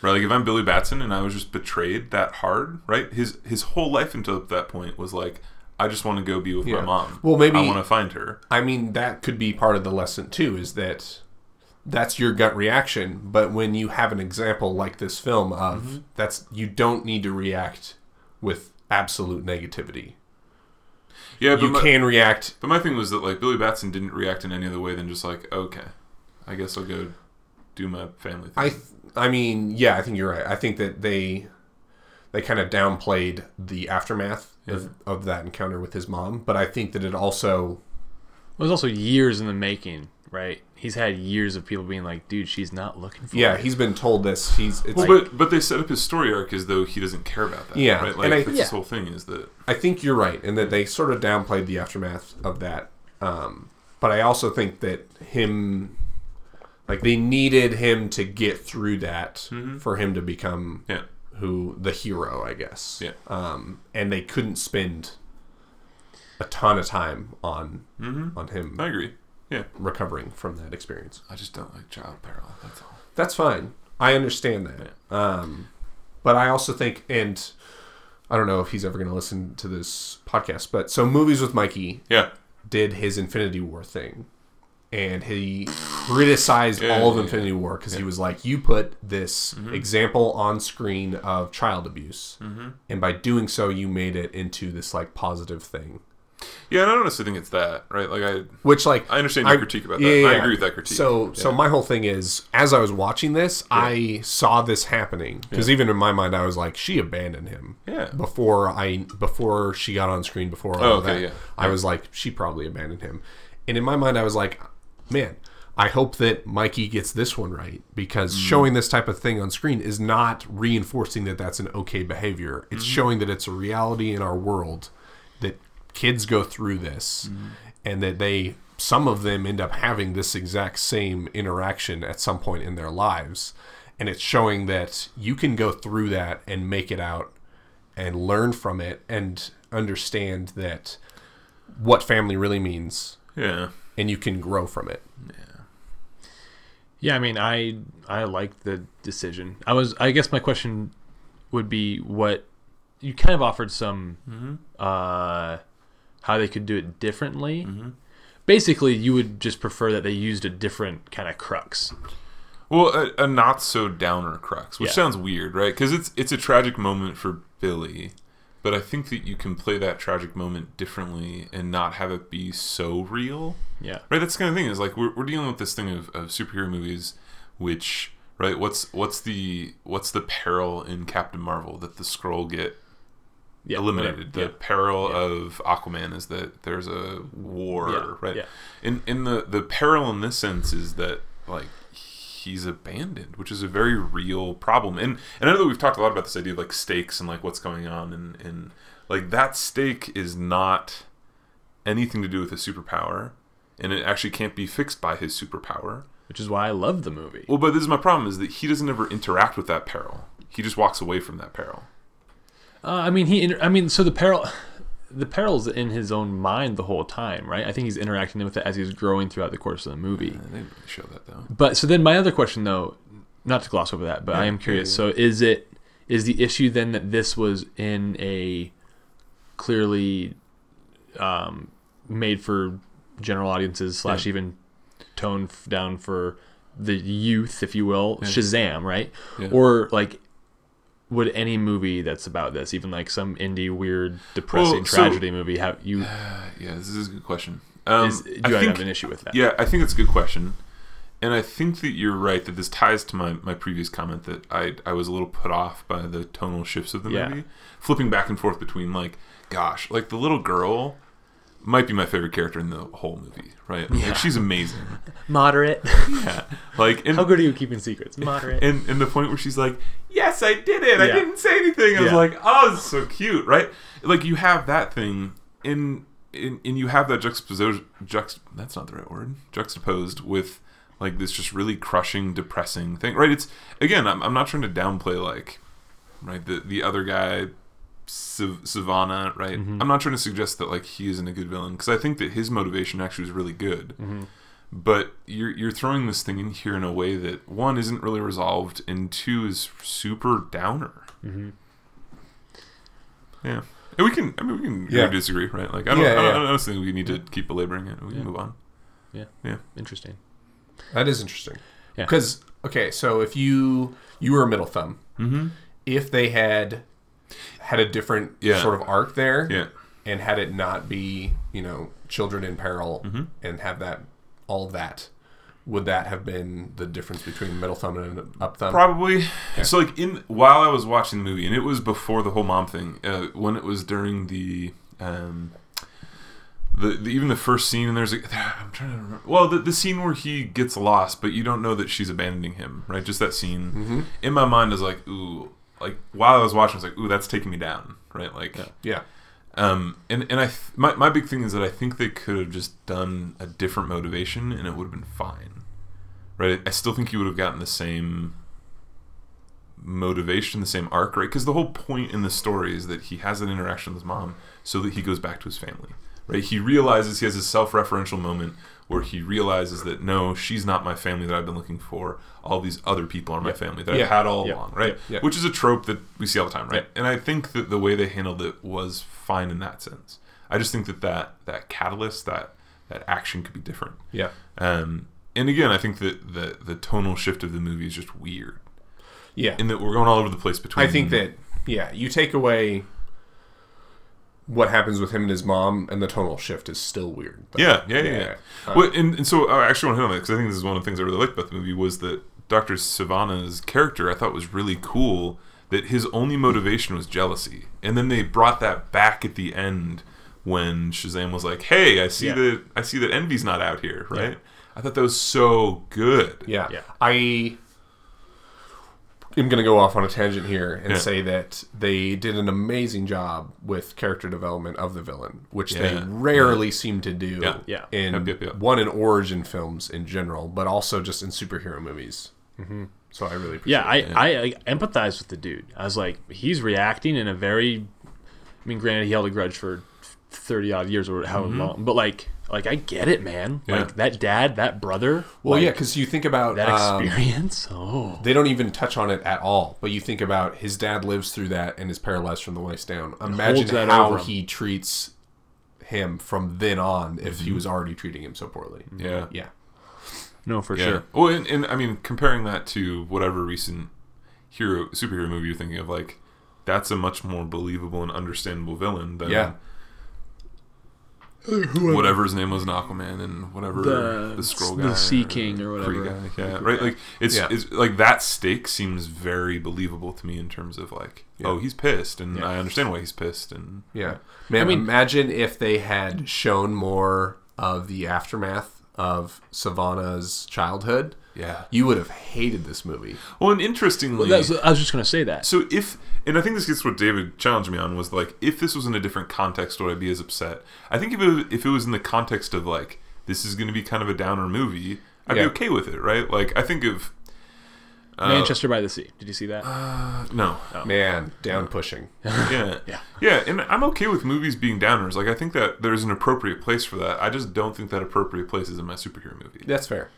B: Right, like if I'm Billy Batson and I was just betrayed that hard, right? His his whole life until that point was like, I just want to go be with
A: Yeah.
B: my mom.
A: Well, maybe-
B: I want to find her.
A: i mean that could be part of the lesson too is that that's your gut reaction but when you have an example like this film of
B: Mm-hmm.
A: that's you don't need to react with absolute negativity
B: Yeah, but
A: you
B: my-
A: can react
B: But my thing was that like Billy Batson didn't react in any other way than just like, okay, I guess I'll go do my family thing.
A: I th- I mean, yeah, I think you're right. I think that they they kind of downplayed the aftermath
B: Yeah.
A: of, of that encounter with his mom, but I think that it also
C: it was also years in the making right he's had years of people being like dude she's not looking for
A: yeah,
C: you."
A: he's been told this. He's it's
B: well,
A: like-
B: but but they set up his story arc as though he doesn't care about that.
A: Yeah,
B: right. Like
A: and I-
B: that's
C: Yeah.
B: his whole thing is that
A: I think you're right in that they sort of downplayed the aftermath of that. Um, but I also think that him like they needed him to get through that for him to become
B: yeah
A: who the hero, I guess.
B: yeah
A: Um, and they couldn't spend a ton of time on on him
B: mm-hmm, I agree. Yeah,
A: recovering from that experience.
B: I just don't like child peril. That's all.
A: That's fine. I understand that. Um, but I also think, and I don't know if he's ever going to listen to this podcast, but so Movies with Mikey
B: Yeah,
A: did his Infinity War thing. And he criticized
B: Yeah,
A: all of
B: yeah, Mm-hmm.
A: Infinity War because he was like, You put this example on screen of child abuse. And by doing so, you made it into this like positive thing.
B: Yeah, and I don't necessarily think it's that, right? Like I
A: Which like
B: I understand your critique about that. I agree with that critique.
A: So so my whole thing is as I was watching this, I saw this happening because even in my mind I was like she abandoned him.
B: Yeah.
A: Before I before she got on screen before all
B: Oh,
A: of
B: okay,
A: that,
B: yeah.
A: I was like she probably abandoned him. And in my mind I was like man, I hope that Mikey gets this one right because
B: Mm.
A: showing this type of thing on screen is not reinforcing that that's an okay behavior. It's
B: Mm-hmm.
A: showing that it's a reality in our world that kids go through this
B: Mm-hmm.
A: and that they some of them end up having this exact same interaction at some point in their lives and it's showing that you can go through that and make it out and learn from it and understand that what family really means
B: yeah.
A: and you can grow from it
C: Yeah, I mean, I I like the decision. I was, I guess, my question would be what you kind of offered some
B: Mm-hmm.
C: uh, how they could do it differently.
B: Mm-hmm.
C: Basically, you would just prefer that they used a different kind of crux.
B: Well, a, a not so downer crux, which
C: Yeah.
B: sounds weird, right? Because it's it's a tragic moment for Billy, but I think that you can play that tragic moment differently and not have it be so real,
C: Yeah,
B: right? That's the kind of thing is like we're, we're dealing with this thing of, of superhero movies, which right? What's what's the what's the peril in Captain Marvel that the scroll get
C: yeah,
B: eliminated.
C: whatever.
B: The peril of Aquaman is that there's a war,
C: Yeah,
B: right?
C: yeah.
B: In in the the peril in this sense is that like he's abandoned, which is a very real problem. And and I know that we've talked a lot about this idea of like stakes and like what's going on and and like that stake is not anything to do with his superpower, and it actually can't be fixed by his superpower.
C: Yeah. which is why I love the movie.
B: Well, but this is my problem: is that he doesn't ever interact with that peril. He just walks away from that peril.
C: Uh, I mean, he. Inter- I mean, so the peril, the peril's in his own mind the whole time, right? I think he's interacting with it as he's growing throughout the course of the movie.
B: They didn't really show that though.
C: But so then my other question though, not to gloss over that, but I am curious. So is it is the issue then that this was in a clearly um, made for general audiences slash even toned f- down for the youth, if you will, Shazam, right?
B: Yeah.
C: Or like would any movie that's about this, even like some indie weird depressing
B: Well, so-
C: tragedy movie, have you
B: Yeah, this is a good question. Um,
C: is, do
B: I
C: you
B: think,
C: have an issue with that?
B: yeah, I think it's a good question, and I think that you're right that this ties to my, my previous comment that I I was a little put off by the tonal shifts of the
C: Yeah.
B: movie, flipping back and forth between like, gosh, like the little girl might be my favorite character in the whole movie, right? Like she's amazing.
C: Moderate.
B: yeah, like and,
C: How good are you keeping secrets? Moderate.
B: and and the point where she's like, "Yes, I did it. I
C: Yeah.
B: didn't say anything." I was
C: Yeah.
B: like, "Oh, it's so cute, right?" Like you have that thing in in and you have that juxtaposition. Juxt, that's not the right word. Juxtaposed with like this just really crushing, depressing thing, right? It's again, I'm, I'm not trying to downplay like right the the other guy. Sav- Savannah, right?
A: Mm-hmm.
B: I'm not trying to suggest that like he isn't a good villain because I think that his motivation actually is really good
A: Mm-hmm.
B: but you're you're throwing this thing in here in a way that one isn't really resolved and two is super downer. Mm-hmm. Yeah, and we can. I mean, we can agree
A: Yeah.
B: or disagree, right? Like, I don't.
A: Yeah,
B: I, don't
A: yeah.
B: I don't honestly think we need to keep belaboring it. We can move on.
C: Yeah.
B: Yeah.
C: Interesting.
A: That is interesting.
C: Yeah.
A: Because okay, so if you you were a middle thumb, if they had had a different
B: Yeah.
A: sort of arc there,
B: Yeah.
A: and had it not be you know children in peril and have that all of that, would that have been the difference between a middle thumb and an up thumb?
B: Probably. So, like, in while I was watching the movie, and it was before the whole mom thing, uh, when it was during the. Um, the, the, even the first scene and there's a I'm trying to remember well the, the scene where he gets lost but you don't know that she's abandoning him right just that scene in my mind is like ooh like while I was watching I was like ooh that's taking me down right like
A: yeah.
B: um, and and I th- my my big thing is that I think they could have just done a different motivation and it would have been fine, right? I still think you would have gotten the same motivation, the same arc, right? Because the whole point in the story is that he has an interaction with his mom so that he goes back to his family, right? He realizes he has a self-referential moment where he realizes that no, she's not my family that I've been looking for. All these other people are my family that
A: Yeah.
B: I've had all
C: Yeah.
B: along, right?
A: Yeah.
B: Which is a trope that we see all the time, right? And I think that the way they handled it was fine in that sense. I just think that that, that catalyst, that that action could be different.
A: Yeah.
B: Um, and again, I think that the the tonal shift of the movie is just weird,
A: Yeah.
B: in that we're going all over the place between.
A: I think that yeah, you take away what happens with him and his mom, and the tonal shift is still weird. But-
B: Yeah, yeah, yeah. yeah.
A: yeah.
B: well, and, and so I actually want to hit on that because I think this is one of the things I really liked about the movie was that Dr. Savannah's character I thought was really cool that his only motivation was jealousy. And then they brought that back at the end when Shazam was like, "Hey, I see
C: Yeah.
B: that I see that envy's not out here, right?" I thought that was so good.
A: Yeah.
C: Yeah.
A: I am going to go off on a tangent here and
B: Yeah.
A: say that they did an amazing job with character development of the villain, which they
B: Yeah.
A: rarely seem to do
B: Yeah.
C: Yeah.
A: in
B: Yep, yep, yep.
A: one in origin films in general, but also just in superhero movies. Mm-hmm. So I really appreciate
C: Yeah, I, I I empathize with the dude. I was like, he's reacting in a very. I mean, granted, he held a grudge for thirty odd years or however long, but like, like I get it, man.
B: Yeah.
C: Like that dad, that brother.
A: Well,
C: like,
A: yeah, because you think about
C: that
A: um,
C: experience. oh,
A: they don't even touch on it at all. But you think about his dad lives through that and is paralyzed from the waist down. Imagine
C: that
A: how
C: over him.
A: he treats him from then on if
C: Mm-hmm.
A: he was already treating him so poorly.
B: Yeah.
A: Yeah.
C: no, for
B: Yeah.
C: sure.
B: Well, and, and I mean, comparing that to whatever recent hero superhero movie you're thinking of, like that's a much more believable and understandable villain than
A: Yeah.
B: whatever his name was in Aquaman and whatever the, scroll guy,
C: the Sea
B: or
C: King or
B: Kree
C: whatever.
B: guy, yeah, right. Like it's,
A: Yeah.
B: it's like that stake seems very believable to me in terms of like, oh, he's pissed, and I understand why he's pissed, and
A: Yeah. Man, imagine if they had shown more of the aftermath of Savannah's childhood.
B: yeah.
A: You would have hated this movie.
B: Well, and interestingly,
C: That's, I was just gonna say that.
B: So if, and I think this gets what David challenged me on was like, if this was in a different context, would I be as upset? I think if it was, if it was in the context of like, this is going to be kind of a downer movie, I'd
A: Yeah.
B: be okay with it, right? Like, I think of
C: Manchester by the Sea. Did you see that?
B: no,
C: Oh.
A: Man, down pushing.
B: yeah, yeah, yeah, and I'm okay with movies being downers. Like, I think that there's an appropriate place for that. I just don't think that appropriate place is in my superhero movie.
A: That's fair.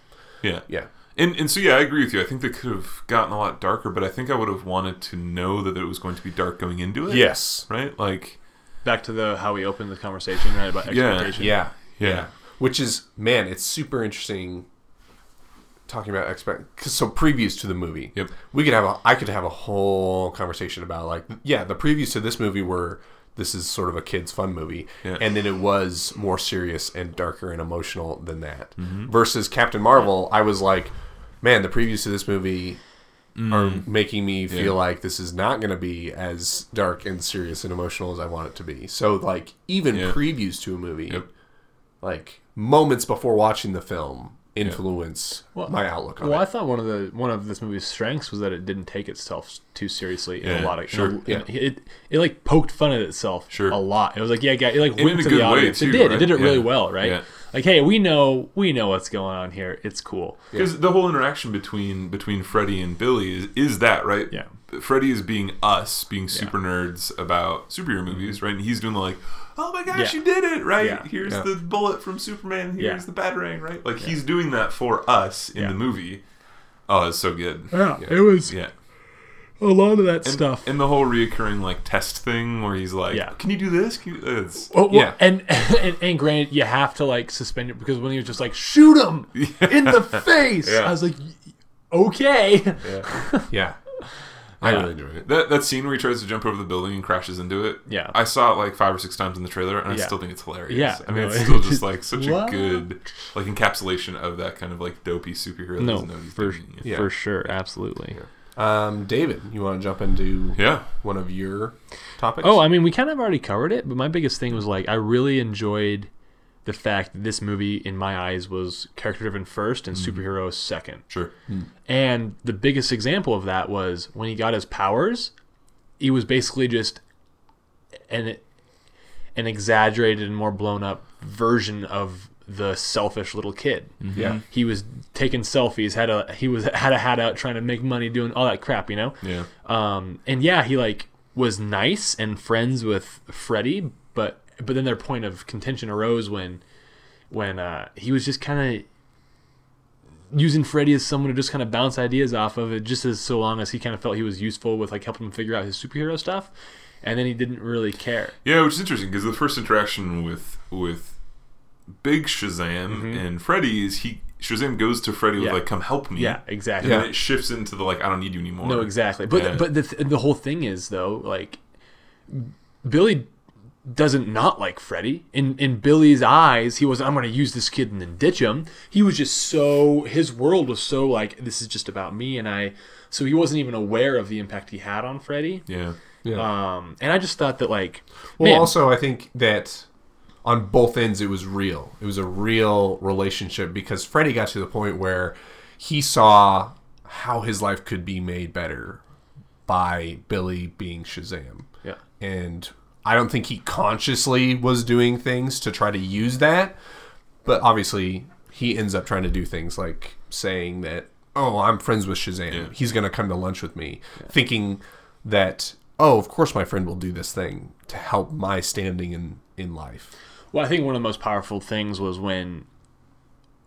B: Yeah,
A: Yeah.
B: And, and so yeah, I agree with you. I think they could have gotten a lot darker, but I think I would have wanted to know that it was going to be dark going into it.
A: Yes.
B: right. Like
C: Back to the how we opened the conversation right about
B: Yeah.
C: expectation.
A: Yeah.
B: yeah.
A: which is man it's super interesting talking about expect 'cause- so previews to the movie
B: Yep.
A: we could have a i could have a whole conversation about like yeah the previews to this movie were this is sort of a kids fun movie
B: Yeah.
A: and then it was more serious and darker and emotional than that
B: Mm-hmm.
A: versus captain marvel i was like man the previews to this movie are making me feel like this is not going to be as dark and serious and emotional as i want it to be so like even
B: Yeah.
A: previews to a movie
B: Yep.
A: like moments before watching the film influence
C: Well-
A: my outlook on
C: Well, I
A: it.
C: thought one of the one of this movie's strengths was that it didn't take itself s- too seriously in
B: Yeah,
C: a lot of
B: sure,
C: in a- in- it it like poked fun at itself
B: Sure.
C: a lot. It was like yeah, yeah it like
B: in
C: went
B: a
C: to
B: good
C: the
B: way,
C: audience.
B: too,
C: it did.
B: right?
C: It did it really
B: Yeah,
C: well, right?
B: yeah.
C: Like hey, we know we know what's going on here. It's cool.
B: Because the whole interaction between between Freddy and Billy is, is that right?
C: Yeah.
B: Freddy is being us, being super nerds about superhero movies, right? And he's doing the like, oh my gosh,
C: Mm-hmm. Yeah.
B: you did it, right?
C: Yeah.
B: Here's
A: Yeah.
B: the bullet from Superman. Here's
C: Yeah.
B: the batarang, right? Like he's doing that for us in
C: Yeah. Uh,
B: the movie. Oh, it's so good.
C: Yeah, it was
B: Yeah.
C: a lot of that
B: And the whole reoccurring like test thing where he's like,
C: Yeah.
B: can you do this? Can you, it's,
C: Oh, well,
A: Yeah.
C: and, and and granted, you have to like suspend it because when he was just like shoot him in the face,
B: Yeah.
C: I was like, okay,
A: yeah. I really enjoyed it.
B: That, that scene where he tries to jump over the building and crashes into it.
C: Yeah.
B: I saw it like five or six times in the trailer and
C: Yeah.
B: I still think it's hilarious.
C: Yeah.
B: I mean it's
C: No,
B: still just like such a
C: What?
B: good like encapsulation of that kind of like dopey superhero that
C: No,
B: doesn't know he's
C: for-
B: doing it.
A: Yeah.
C: for sure, absolutely.
A: Um, David, you want to jump into
B: Yeah.
A: one of your topics?
C: Oh, I mean, we kind of already covered it, but my biggest thing was like I really enjoyed the fact that this movie, in my eyes, was character driven first and superhero second.
B: Sure.
C: And the biggest example of that was when he got his powers, he was basically just an an exaggerated and more blown up version of the selfish little kid.
A: yeah.
C: He was taking selfies, had a he was had a hat out trying to make money doing all that crap, you know?
B: Yeah.
C: Um, and yeah, he like was nice and friends with Freddy, but but then their point of contention arose when when uh, he was just kind of using Freddy as someone to just kind of bounce ideas off of it, just as so long as he kind of felt he was useful with like helping him figure out his superhero stuff, and then he didn't really care.
B: Yeah, which is interesting because the first interaction with with Big Shazam and Freddy is he Shazam goes to Freddy
C: Mm-hmm. Yeah.
B: with like, come help me.
C: Yeah,
B: And
C: exactly.
B: then it shifts into the like I don't need you anymore.
C: No, exactly. But
B: Yeah.
C: but the th- the whole thing is though, like Billy doesn't not like Freddy. In in Billy's eyes, he was I'm gonna use this kid and then ditch him. He was just so his world was so like this is just about me and I. So he wasn't even aware of the impact he had on Freddy.
B: Yeah.
A: Yeah.
C: Um, and I just thought that like,
A: Well,
C: man,
A: also, I think that on both ends, it was real. It was a real relationship because Freddie got to the point where he saw how his life could be made better by Billy being Shazam.
C: yeah,
A: And I don't think he consciously was doing things to try to use that, but obviously, he ends up trying to do things like saying that, oh, I'm friends with Shazam. He's going to come to lunch with me, thinking that, oh, of course my friend will do this thing to help my standing in, in life.
C: Well, I think one of the most powerful things was when,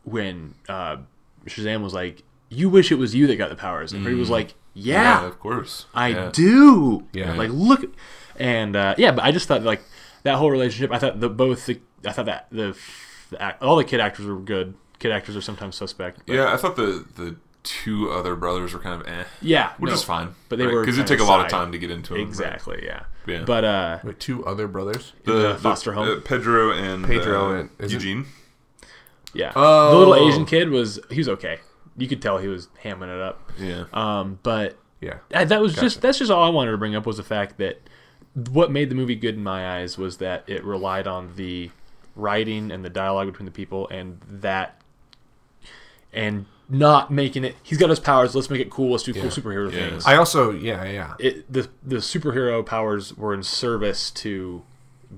C: when uh, Shazam was like, "You wish it was you that got the powers," and Freddy was like, "Yeah,
B: of course.
C: I
B: yeah.
C: do."
A: Yeah.
C: like look, and uh, yeah, but I just thought like that whole relationship. I thought the both the I thought that the, the act, all the kid actors were good. Kid actors are sometimes suspect. but-
B: Yeah, I thought the the two other brothers were kind of eh,
C: yeah,
B: which
C: no.
B: is fine.
C: but they were
B: because it
C: kinda
B: take a lot of
C: side.
B: time to get into them. right?
C: Exactly, yeah.
B: Yeah.
C: But uh,
A: Wait, two other brothers?
C: the foster home.
B: uh, Pedro and
A: Pedro
B: uh,
A: and- is it-
B: Eugene.
C: yeah,
A: Oh.
C: the little Asian kid was he was okay. You could tell he was hamming it up.
B: Yeah,
C: Um, but
A: Yeah.
C: Uh, that was just that's just all I wanted to bring up was the fact that what made the movie good in my eyes was that it relied on the writing and the dialogue between the people and that and not making it he's got his powers let's make it cool let's do cool superhero
B: Yeah.
C: things
A: I also, yeah, yeah.
C: it, the the superhero powers were in service to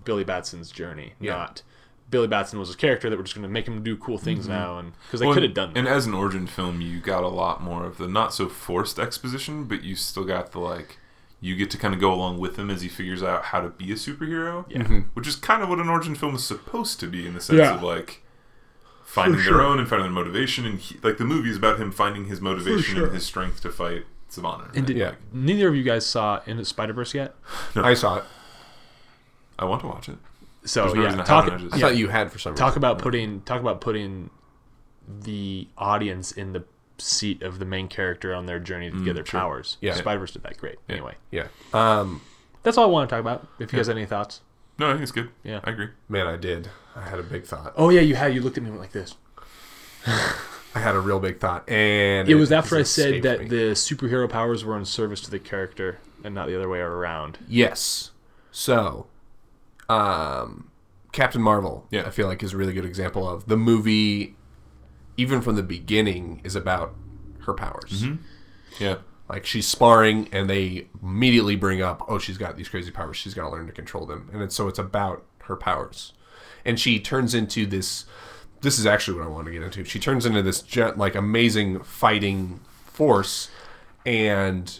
C: Billy Batson's journey not Billy Batson was a character that we're just going to make him do cool things now and because they
B: Mm-hmm. Well,
C: could have done that
B: And as an origin film, you got a lot more of the not so forced exposition, but you still got the like. You get to kind of go along with him as he figures out how to be a superhero, yeah. which is kind of what an origin film is supposed to be in the sense
C: Mm-hmm. Yeah.
B: of like finding their own and finding their motivation, and he, like the movie is about him finding his motivation
C: sure.
B: and his strength to fight Savannah.
C: and did,
A: Yeah.
C: neither of you guys saw in Spider Verse yet
A: I saw it.
B: I want to watch it.
C: so
B: There's no
C: yeah
B: reason I
C: talk,
B: haven't, I just-
A: I thought you had for some reason.
C: talk about putting talk about putting the audience in the seat of the main character on their journey to get their powers.
A: Mm, Yeah.
C: Spider Verse did that great. Anyway,
A: Yeah. Um,
C: that's all I want to talk about. If you guys have any thoughts,
B: No, I think it's good.
C: Yeah.
B: I agree.
A: man, I did. I had a big thought.
C: oh yeah, you had you looked at me and went like this.
A: I had a real big thought. And
C: It was after I
A: just
C: said
A: escaped
C: that
A: me.
C: the superhero powers were in service to the character and not the other way around.
A: Yes. So, um, Captain Marvel,
B: Yeah.
A: I feel like is a really good example of the movie. Even from the beginning, is about her powers.
B: Yeah.
A: Like she's sparring, and they immediately bring up, "Oh, she's got these crazy powers. She's got to learn to control them." And it's, so it's about her powers, and she turns into this. This is actually what I want to get into. She turns into this gen- like amazing fighting force, and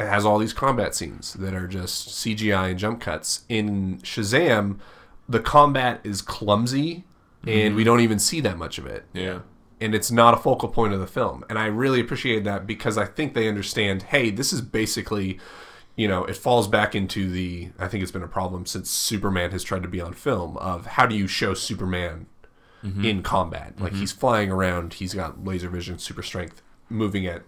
A: it has all these combat scenes that are just CGI and jump cuts. In Shazam, the combat is clumsy, and we don't even see that much of it
B: Yeah.
A: and it's not a focal point of the film. And I really appreciate that because I think they understand, hey, this is basically, you know, it falls back into the I think it's been a problem since Superman has tried to be on film of how do you show Superman in combat? Like he's flying around, he's got laser vision, super strength, moving at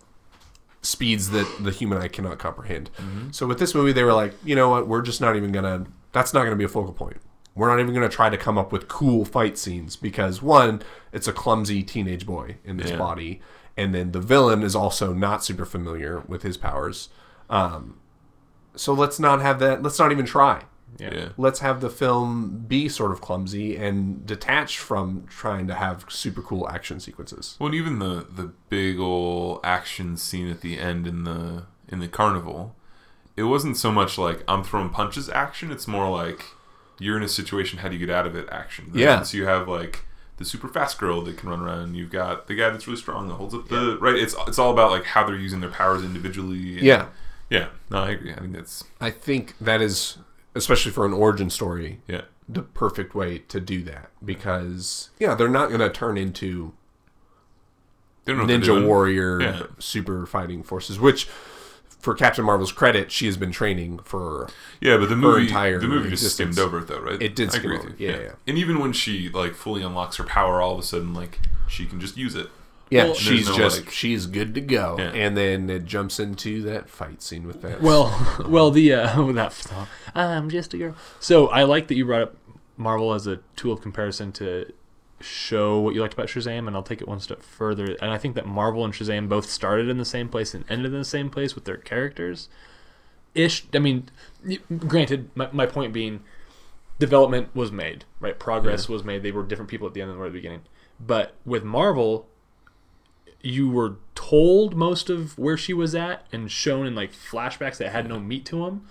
A: speeds that the human eye cannot comprehend. So with this movie, they were like, you know what? We're just not even gonna. That's not gonna be a focal point. We're not even gonna try to come up with cool fight scenes because one, it's a clumsy teenage boy in this
B: Yeah.
A: body, and then the villain is also not super familiar with his powers. Um, so let's not have that. Let's not even try.
B: Yeah. Yeah.
A: Let's have the film be sort of clumsy and detached from trying to have super cool action sequences.
B: Well, and even the the big ol' action scene at the end in the in the carnival, it wasn't so much like I'm throwing punches action. It's more like you're in a situation. How do you get out of it? Action.
A: Yeah.
B: So you have like the super fast girl that can run around. You've got the guy that's really strong that holds up the right. It's it's all about like how they're using their powers individually. and-
A: Yeah.
B: Yeah. No, I agree. I think that's
A: I think that is, especially for an origin story,
B: yeah.
A: the perfect way to do that because yeah, they're not going to turn into
B: They don't know what they're
A: ninja
B: doing.
A: warrior
B: Yeah.
A: super fighting forces, which for Captain Marvel's credit, she has been training for
B: Yeah, but the movie,
A: entire
B: the movie just
A: existence.
B: skimmed over it, though, right?
A: It did
B: I
A: skim
B: agree
A: over it.
B: with you,
A: Yeah, yeah.
B: And even when she like fully unlocks her power, all of a sudden, like she can just use it.
A: Yeah,
C: Well-
A: she's
B: There's no,
A: just
B: like-
A: she's good to go,
B: Yeah.
A: and then it jumps into that fight scene with that.
C: Well, well, the uh, with that song, I'm just a girl. So I like that you brought up Marvel as a tool of comparison to show what you liked about Shazam, and I'll take it one step further. And I think that Marvel and Shazam both started in the same place and ended in the same place with their characters. Ish. I mean, y- granted, my, my point being, development was made, right? Progress was made. They were different people at the end than they were at the beginning. But with Marvel, you were told most of where she was at and shown in like flashbacks that had no meat to them.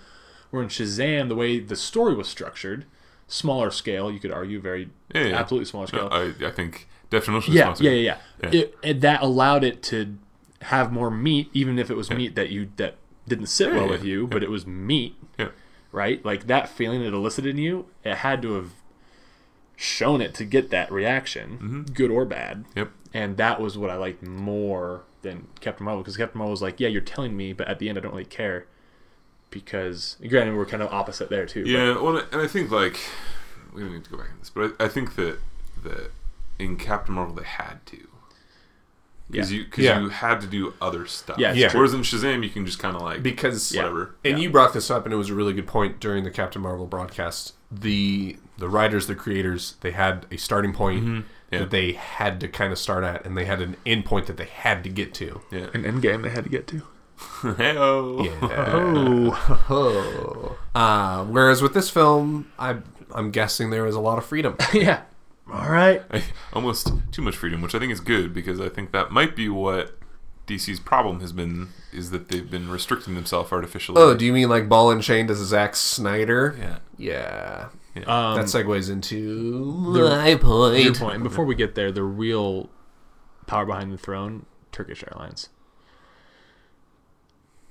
C: Where in Shazam, the way the story was structured, smaller scale, you could argue, very
B: Yeah, yeah.
C: absolutely smaller scale.
B: No, I, I think definition
C: yeah, yeah, yeah, yeah,
B: Yeah.
C: It, and that allowed it to have more meat, even if it was meat that you that didn't sit well
B: yeah,
C: with you, but it was meat,
B: yeah.
C: right? Like that feeling it elicited in you, it had to have shown it to get that reaction, good or bad
B: Yep.
C: and that was what I liked more than Captain Marvel because Captain Marvel was like, yeah, you're telling me, but at the end I don't really care because granted we're kind of opposite there too. but-
B: Yeah, well, and I think like we don't need to go back on this, but I, I think that that in Captain Marvel they had to because you because
A: Yeah.
B: you had to do other stuff.
C: Yeah, it's
A: Yeah. true.
B: Whereas in Shazam, you can just kind of like
A: because
B: Yeah. Whatever.
A: And
C: Yeah.
A: you brought this up, and it was a really good point during the Captain Marvel broadcast. The the writers, the creators, they had a starting point
B: Yeah.
A: that they had to kind of start at, and they had an end point that they had to get to.
B: yeah.
C: An end game they had to get to.
B: Hey-o.
A: Oh. uh, whereas with this film, I I'm guessing there was a lot of freedom.
C: yeah. All right.
B: I- almost too much freedom, which I think is good because I think that might be what DC's problem has been is that they've been restricting themselves artificially.
A: Oh, do you mean like Ball and Chain does Zack Snyder? Yeah.
B: yeah.
C: Um,
A: that segues into my point.
C: Your point. And before we get there, the real power behind the throne, Turkish Airlines.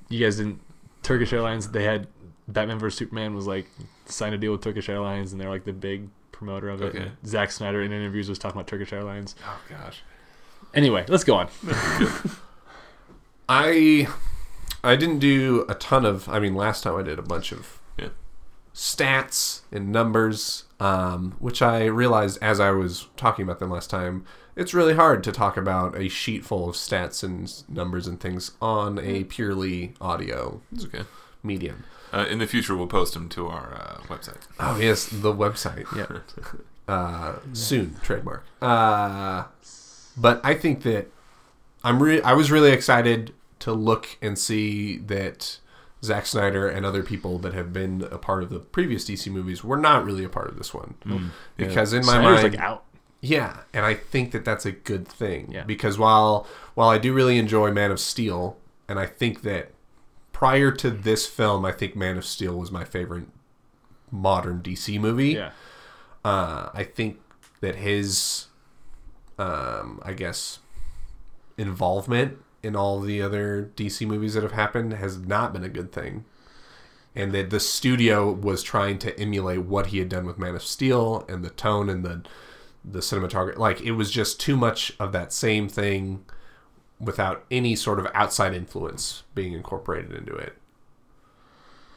C: You guys didn't Turkish Airlines, they had Batman vs Superman was like signed a deal with Turkish Airlines and they're like the big promoter of it.
B: Okay.
C: And Zack Snyder in interviews was talking about Turkish Airlines.
B: Oh gosh.
C: Anyway, let's go on.
A: I I didn't do a ton of. I mean, last time I did a bunch of
B: Yeah.
A: stats and numbers, um, which I realized as I was talking about them last time. It's really hard to talk about a sheet full of stats and s- numbers and things on a purely audio
B: It's okay.
A: medium.
B: Uh, in the future, we'll post them to our uh, website.
A: Oh yes, the website.
C: Yeah.
A: uh, soon trademark. Uh, but I think that I'm re- I was really excited to look and see that Zack Snyder and other people that have been a part of the previous DC movies were not really a part of this one because in my
C: Mm. Snyder's
A: mind
C: like out.
A: yeah, and I think that that's a good thing
C: Yeah.
A: because while while I do really enjoy Man of Steel, and I think that prior to this film, I think Man of Steel was my favorite modern DC movie
C: Yeah.
A: uh, I think that his, um, I guess, involvement in all the other DC movies that have happened has not been a good thing. And that the studio was trying to emulate what he had done with Man of Steel and the tone and the the cinematography. Like it was just too much of that same thing without any sort of outside influence being incorporated into it.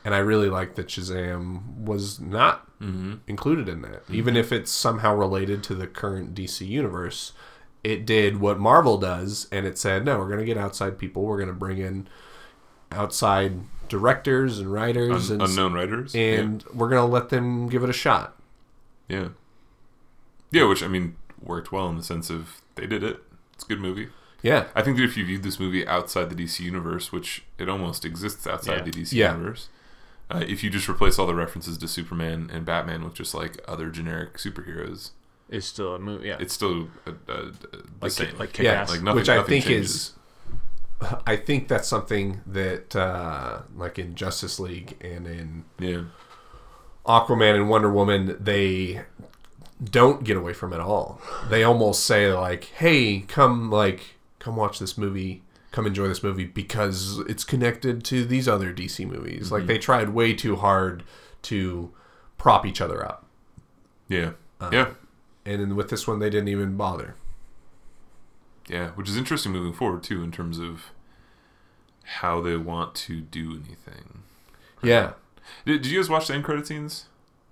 A: And I really like that Shazam was not
B: Mm-hmm.
A: included in that. Even if it's somehow related to the current DC universe, it did what Marvel does and it said, no, we're going to get outside people. We're going to bring in outside directors and writers
B: Un-
A: and,
B: unknown writers.
A: and we're going to let them give it a shot.
B: yeah. yeah. Yeah, which I mean worked well in the sense of they did it. It's a good movie.
A: Yeah.
B: I think that if you viewed this movie outside the DC universe, which it almost exists outside
C: Yeah.
B: the DC
A: Yeah.
B: universe, uh, if you just replace all the references to Superman and Batman with just like other generic superheroes,
C: It's still a movie. Yeah.
B: it's still uh, uh, uh, the
C: like
B: same.
C: like kick
A: yeah,
C: ass.
B: like, nothing-
A: which I
B: nothing
A: think
B: changes.
A: is, I think that's something that uh, like in Justice League and in
B: yeah,
A: Aquaman and Wonder Woman, they don't get away from it all. They almost say like, "Hey, come like come watch this movie, come enjoy this movie because it's connected to these other DC movies."
B: Mhm.
A: Like they tried way too hard to prop each other up. Um,
B: yeah, yeah,
A: And then with this one they didn't even bother.
B: yeah. Which is interesting moving forward too, in terms of how they want to do anything.
A: Yeah.
B: Did, did you guys watch the end credit scenes?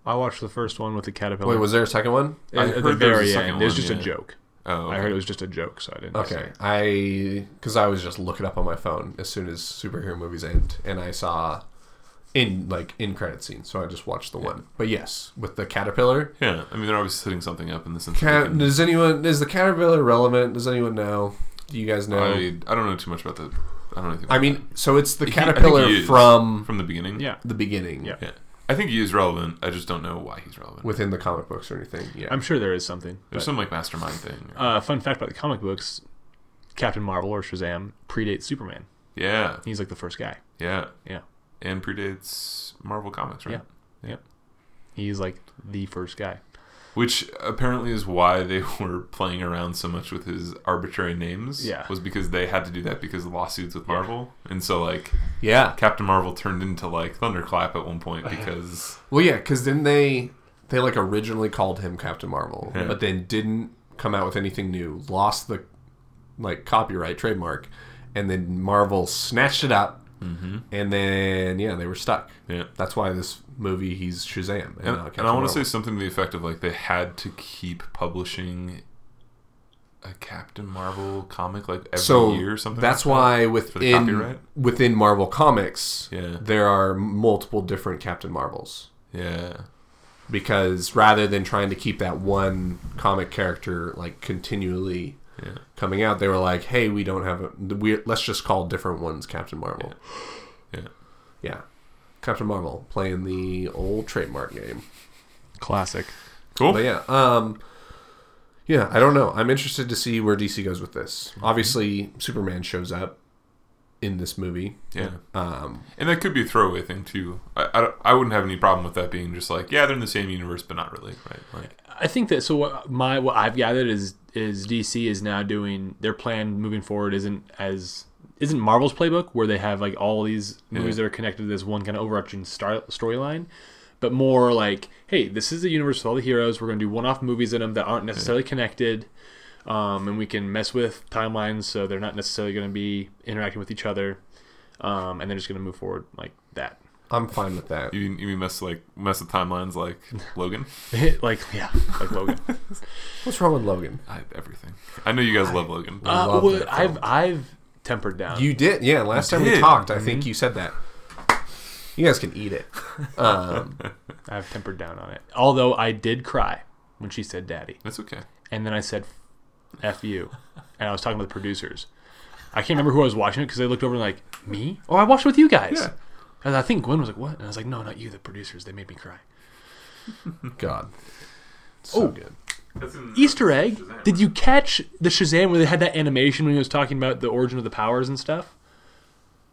C: I watched the first one with the caterpillar.
A: Wait, was there a second one?
C: at,
B: I
C: at the
B: heard there was a
C: very
B: second
C: end. It was
B: one,
C: just
B: yeah.
C: a joke.
B: Oh,
C: I heard it was just a joke, so I didn't. say
A: Okay,
C: it.
A: I because I was just looking up on my phone as soon as superhero movies end, and I saw in like in credit scene, so I just watched the one. But yes, with the caterpillar.
B: yeah. I mean, they're obviously setting something up in the sense. that
A: Cat,
B: they can-
A: does anyone is the caterpillar relevant? Does anyone know? Do you guys know? I,
B: I, I don't know too much about the. I don't know anything. about
A: mean, so it's the
B: that. He- I think
A: caterpillar
B: he is
A: from
B: from the beginning.
C: Yeah.
A: the beginning,
C: Yeah.
B: yeah. I think he is relevant. I just don't know why he's relevant.
A: within the comic books or anything. Yeah,
C: I'm sure there is something.
B: There's
C: but-
B: some like mastermind thing. or-
C: uh, fun fact about the comic books: Captain Marvel or Shazam predates Superman.
B: yeah,
C: He's like the first guy.
B: yeah,
C: Yeah.
B: and predates Marvel Comics, right?
C: Yeah. He's like the first guy.
B: Which apparently is why they were playing around so much with his arbitrary names.
C: Yeah.
B: was because they had to do that because of lawsuits with Marvel, and so like
A: yeah.
B: Captain Marvel turned into like Thunderclap at one point because
A: Well, yeah, because then they they like originally called him Captain Marvel,
B: Yeah.
A: but then didn't come out with anything new. Lost the like copyright trademark, and then Marvel snatched it up,
B: Mm-hmm.
A: and then yeah, they were stuck.
B: yeah.
A: That's why this movie he's Shazam, and,
B: And,
A: not
B: and
A: Captain
B: I want to say
A: Marvel.
B: something to the effect of like they had to keep publishing a Captain Marvel comic like every
A: so
B: year or something.
A: that's
B: like
A: why
B: the
A: within
B: copyright?
A: within Marvel Comics,
B: Yeah.
A: there are multiple different Captain Marvels.
B: that. yeah,
A: because rather than trying to keep that one comic character like continually
B: Yeah.
A: coming out, they were like, "Hey, we don't have a we let's just call different ones Captain Marvel."
B: Yeah.
A: Yeah. Captain Marvel playing the old trademark game.
C: Classic.
B: cool.
A: But yeah, um yeah, I don't know. I'm interested to see where DC goes with this.
B: Mm-hmm.
A: Obviously, Superman shows up in this movie.
B: yeah.
A: Um
B: And that could be a throwaway thing too. I, I, don't- I wouldn't have any problem with that being just like, yeah, they're in the same universe, but not really, right? Like,
C: I think that so what my what I've gathered is is DC is now doing their plan moving forward isn't as isn't Marvel's playbook where they have like all these movies that are connected to this one kind of overarching star, storyline, but more like hey this is the universe with all the heroes we're gonna do one off movies in them that aren't necessarily connected, um, and we can mess with timelines so they're not necessarily gonna be interacting with each other, um, and they're just gonna move forward like that.
A: I'm fine with that.
B: you mean, you mean mess like mess with timelines like Logan?
C: like yeah, like Logan.
A: What's wrong with Logan?
B: I have everything. I know you guys love Logan.
A: I
C: Uh,
A: love
C: well,
A: that
C: I've I've tempered down.
A: You did, yeah. Last time we
B: Uh, did. Mm-hmm.
A: talked, I think you said that. You guys can eat it. Um,
C: I've tempered down on it. Although I did cry when she said daddy.
B: That's okay.
C: And then I said, F you. And I was talking to the producers. I can't remember who I was watching it because they looked over and like, me? Oh, I watched it with you guys.
B: Yeah.
C: And I think Gwen was like, what? And I was like, no, not you, the producers. They made me cry.
A: God, so
C: Oh.
A: good.
C: Easter egg. Did you catch the Shazam where they had that animation when he was talking about the origin of the powers and stuff?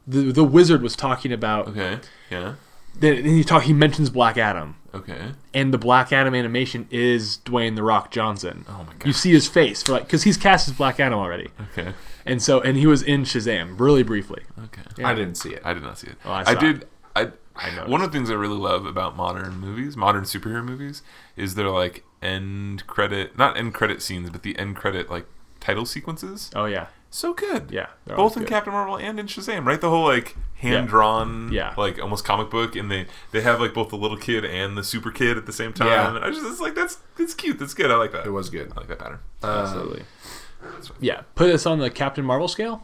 C: The, the wizard was talking about
B: Okay. Yeah.
C: then he talk he mentions Black Adam
B: Okay.
C: and the Black Adam animation is Dwayne the Rock Johnson.
B: Oh my
C: You
B: god.
C: see his face for like because he's cast as Black Adam already,
B: Okay.
C: and so and he was in Shazam really briefly.
B: Okay.
A: I didn't see it.
B: I did not see it.
C: I
B: I,
C: saw
B: did. I,
C: noticed.
B: one of the things I really love about modern movies, modern superhero movies, is their like end credit, not end credit scenes, but the end credit like title sequences.
C: Oh yeah,
B: So good.
C: yeah. they're always
B: Both in
C: good.
B: Captain Marvel and in Shazam, right? The whole like hand drawn,
C: Yeah.
B: like almost comic book, and they they have like both the little kid and the super kid at the same time.
A: Yeah.
B: I just it's like that's that's cute. That's good. I like that.
A: It was good.
B: I like that pattern.
C: Absolutely. yeah, put us on the Captain Marvel scale.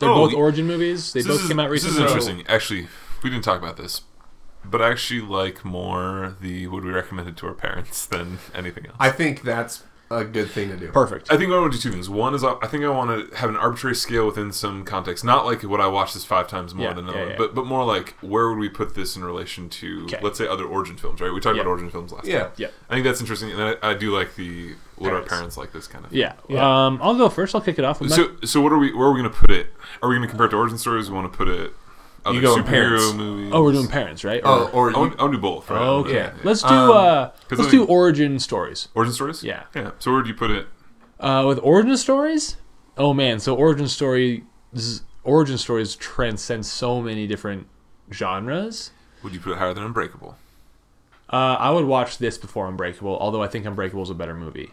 C: They're
B: Oh,
C: both
B: y-
C: origin movies. They
B: So
C: both
B: this is-
C: came out
B: This
C: recently.
B: is interesting. Actually, we didn't talk about this, but I actually like more the would we recommend it to our parents than anything else. I,
A: I think that's a good thing to do.
C: Perfect.
B: think I want to do two things. One is I I think I want to have an arbitrary scale within some context, not like would I watch this five times more
C: Yeah,
B: than
C: yeah,
B: another, one,
C: yeah.
B: but but more like where would we put this in relation to
C: Okay.
B: let's say other origin films, right? We talked
C: Yeah.
B: about origin films last.
A: Yeah.
B: time.
C: Yeah.
B: I think that's interesting, and I, I do like the would our
C: Parents.
B: parents like this kind of.
C: Yeah.
A: Yeah.
C: Um, I'll go first. I'll kick it off. With my-
B: So, so what are we? Where are we going to put it? Are we going to compare it to origin stories? We want to put it. Other
A: go with
B: superhero
A: parents.
B: movies.
C: oh, we're doing parents, right?
A: Oh, or
B: I want, I want to do both. Right?
C: okay.
A: yeah.
C: Let's do
A: Um,
C: uh,
B: Oh, 'cause
C: let's
B: I
C: do
B: think-
C: origin stories.
B: Origin stories?
C: Yeah.
B: Yeah. So where do you put it?
C: Uh, with origin stories, oh man, so origin story, origin stories transcend so many different genres.
B: Would you put it higher than Unbreakable?
C: Uh, I would watch this before Unbreakable, although I think Unbreakable is a better movie.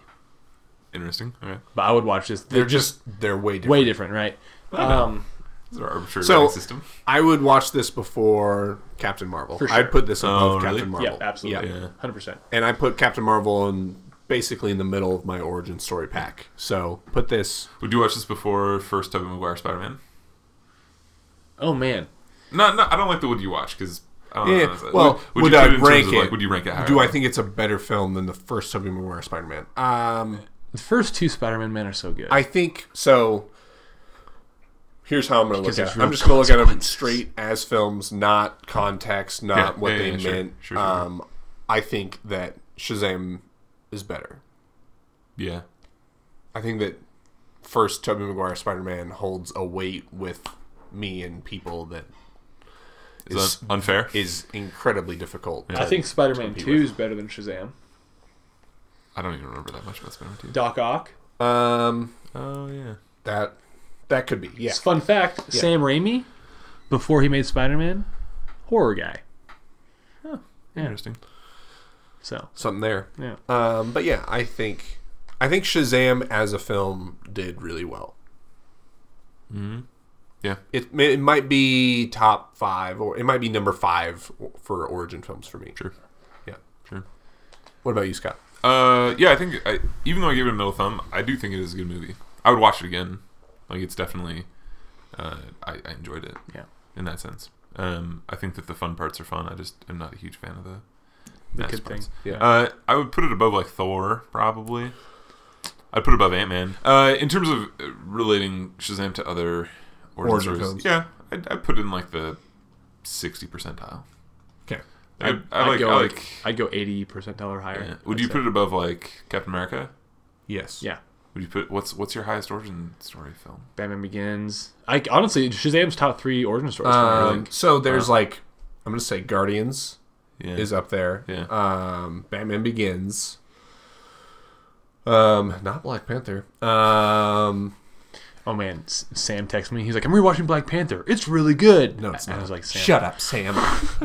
B: Interesting. Okay.
C: But I would watch this.
A: They're just they're way different.
C: way different, right? Um,
B: Is there an arbitrary
A: So-
B: rating system?
A: I would watch this before Captain Marvel.
C: For sure.
A: I'd put this
B: Oh,
A: above
B: really?
A: Captain Marvel.
C: yeah, absolutely,
B: Yeah.
C: hundred percent.
A: And I put Captain Marvel and basically in the middle of my origin story pack. So put this.
B: Would you watch this before first Tobey Maguire Spider Man?
C: Oh man,
B: No, no, I don't like the Would You Watch because I don't
A: Yeah,
B: know. Uh, Would-
A: eh, well,
B: would,
A: would
B: you put
A: I
B: it in terms
A: rank
B: of, like,
A: it?
B: would you rank it higher?
A: Do I think it's a better film than the first Tobey Maguire Spider Man? Um,
C: the first two Spider-Man men are so good.
A: I think so. Here's how I'm going to look
C: Because
A: at
C: there's
A: it.
C: real
A: I'm just going to look at them
C: consequences.
A: straight as films, not context, not
B: Yeah,
A: what
B: yeah,
A: they
B: yeah, sure,
A: meant.
B: sure, sure.
A: um, I think that Shazam is better.
B: Yeah.
A: I think that first Tobey Maguire Spider Man holds a weight with me and people that
B: Is
A: is,
B: that unfair?
A: is incredibly difficult.
C: I think Spider-Man Two is better than Shazam.
B: I don't even remember that much about Spider Man
C: Doc Ock.
A: 2. Um,
B: 2. Oh, yeah.
A: that that could be. Yeah.
C: Fun fact: Sam Raimi, before he made Spider-Man, horror guy.
B: Interesting.
C: So
A: Something there.
C: yeah,
A: Um, but yeah, I think I think Shazam as a film did really well.
B: Mm-hmm. Yeah.
A: It may- it might be top five or it might be number five for origin films for me.
B: Sure.
A: Yeah.
B: Sure.
A: What about you, Scott?
B: Uh, yeah, I think I, even though I gave it a middle thumb, I do think it is a good movie. I would watch it again. Like it's definitely, uh, I, I enjoyed it.
C: Yeah.
B: in that sense. Um, I think that the fun parts are fun. I just am not a huge fan of the,
C: the
B: mass
C: good thing.
B: parts.
A: Yeah.
B: Uh, I would put it above like Thor, probably. I'd put it above Ant Man. Uh, in terms of uh, relating Shazam to other origin,
A: Origin
B: stories,
A: films.
B: yeah, I'd, I'd put it in like the sixty percentile.
A: Okay.
B: I, I, like.
C: go
B: I like.
C: I'd go eighty percentile or higher.
B: yeah. Would you
C: I'd
B: put
C: say.
B: it above like Captain America?
A: Yes.
C: Yeah,
B: Would you put what's what's your highest origin story film?
C: Batman Begins. I honestly, Shazam's top three origin stories. for me.
A: Um,
B: Like,
A: so there's like I'm gonna say Guardians
B: Yeah.
A: is up there.
B: Yeah.
A: Um, Batman Begins. Um, not Black Panther. Um,
C: oh man, S- Sam texted me. He's like, "I'm rewatching Black Panther. It's really good."
A: no, it's
C: And
A: not.
C: I was like, Sam,
A: Shut up, Sam.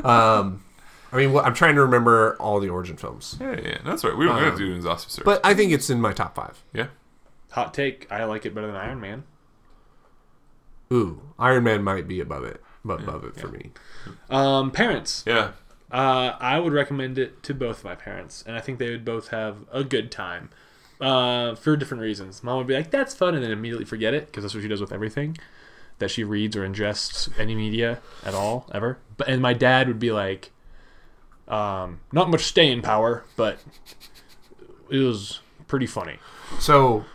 A: um, I mean, well, I'm trying to remember all the origin films,
B: yeah, yeah, that's right. We don't have to do an exhaustive search.
A: Uh, but I think it's in my top five.
B: yeah,
C: Hot take: I like it better than Iron Man.
A: Ooh, Iron Man might be above it, but above it for me.
C: Um, parents.
B: yeah,
C: Uh, I would recommend it to both of my parents, and I think they would both have a good time uh, for different reasons. Mom would be like, "That's fun," and then immediately forget it because that's what she does with everything that she reads or ingests any media at all ever. But and my dad would be like, um, "Not much staying power, but it was pretty funny."
A: So,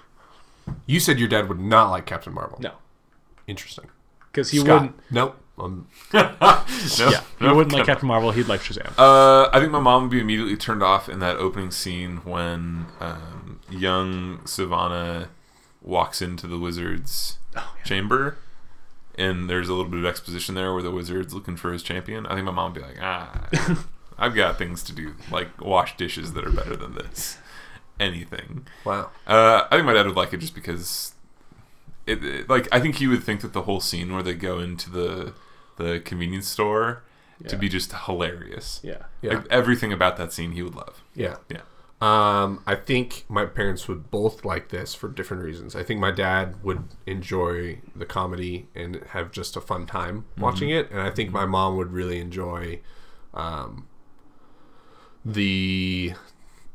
A: you said your dad would not like Captain Marvel.
C: No,
A: Interesting.
C: because he
A: Scott,
C: wouldn't.
A: nope. Um,
B: no,
C: Yeah, he
B: no,
C: wouldn't like
B: come
C: Captain Marvel. He'd like Shazam.
B: Uh, I think my mom would be immediately turned off in that opening scene when um, young Savannah walks into the wizard's
C: Oh, yeah.
B: chamber, and there's a little bit of exposition there where the wizard's looking for his champion. I think my mom would be like, "Ah, I've got things to do, like wash dishes that are better than this, anything."
A: wow.
B: Uh, I think my dad would like it just because, it, it- like, I think he would think that the whole scene where they go into the the convenience store to
C: Yeah.
B: be just hilarious.
C: Yeah,
A: Yeah.
B: Like, everything about that scene he would love.
A: Yeah.
B: Yeah.
A: Um, I think my parents would both like this for different reasons. I think my dad would enjoy the comedy and have just a fun time
B: Mhm.
A: watching it, and I think my mom would really enjoy um, the,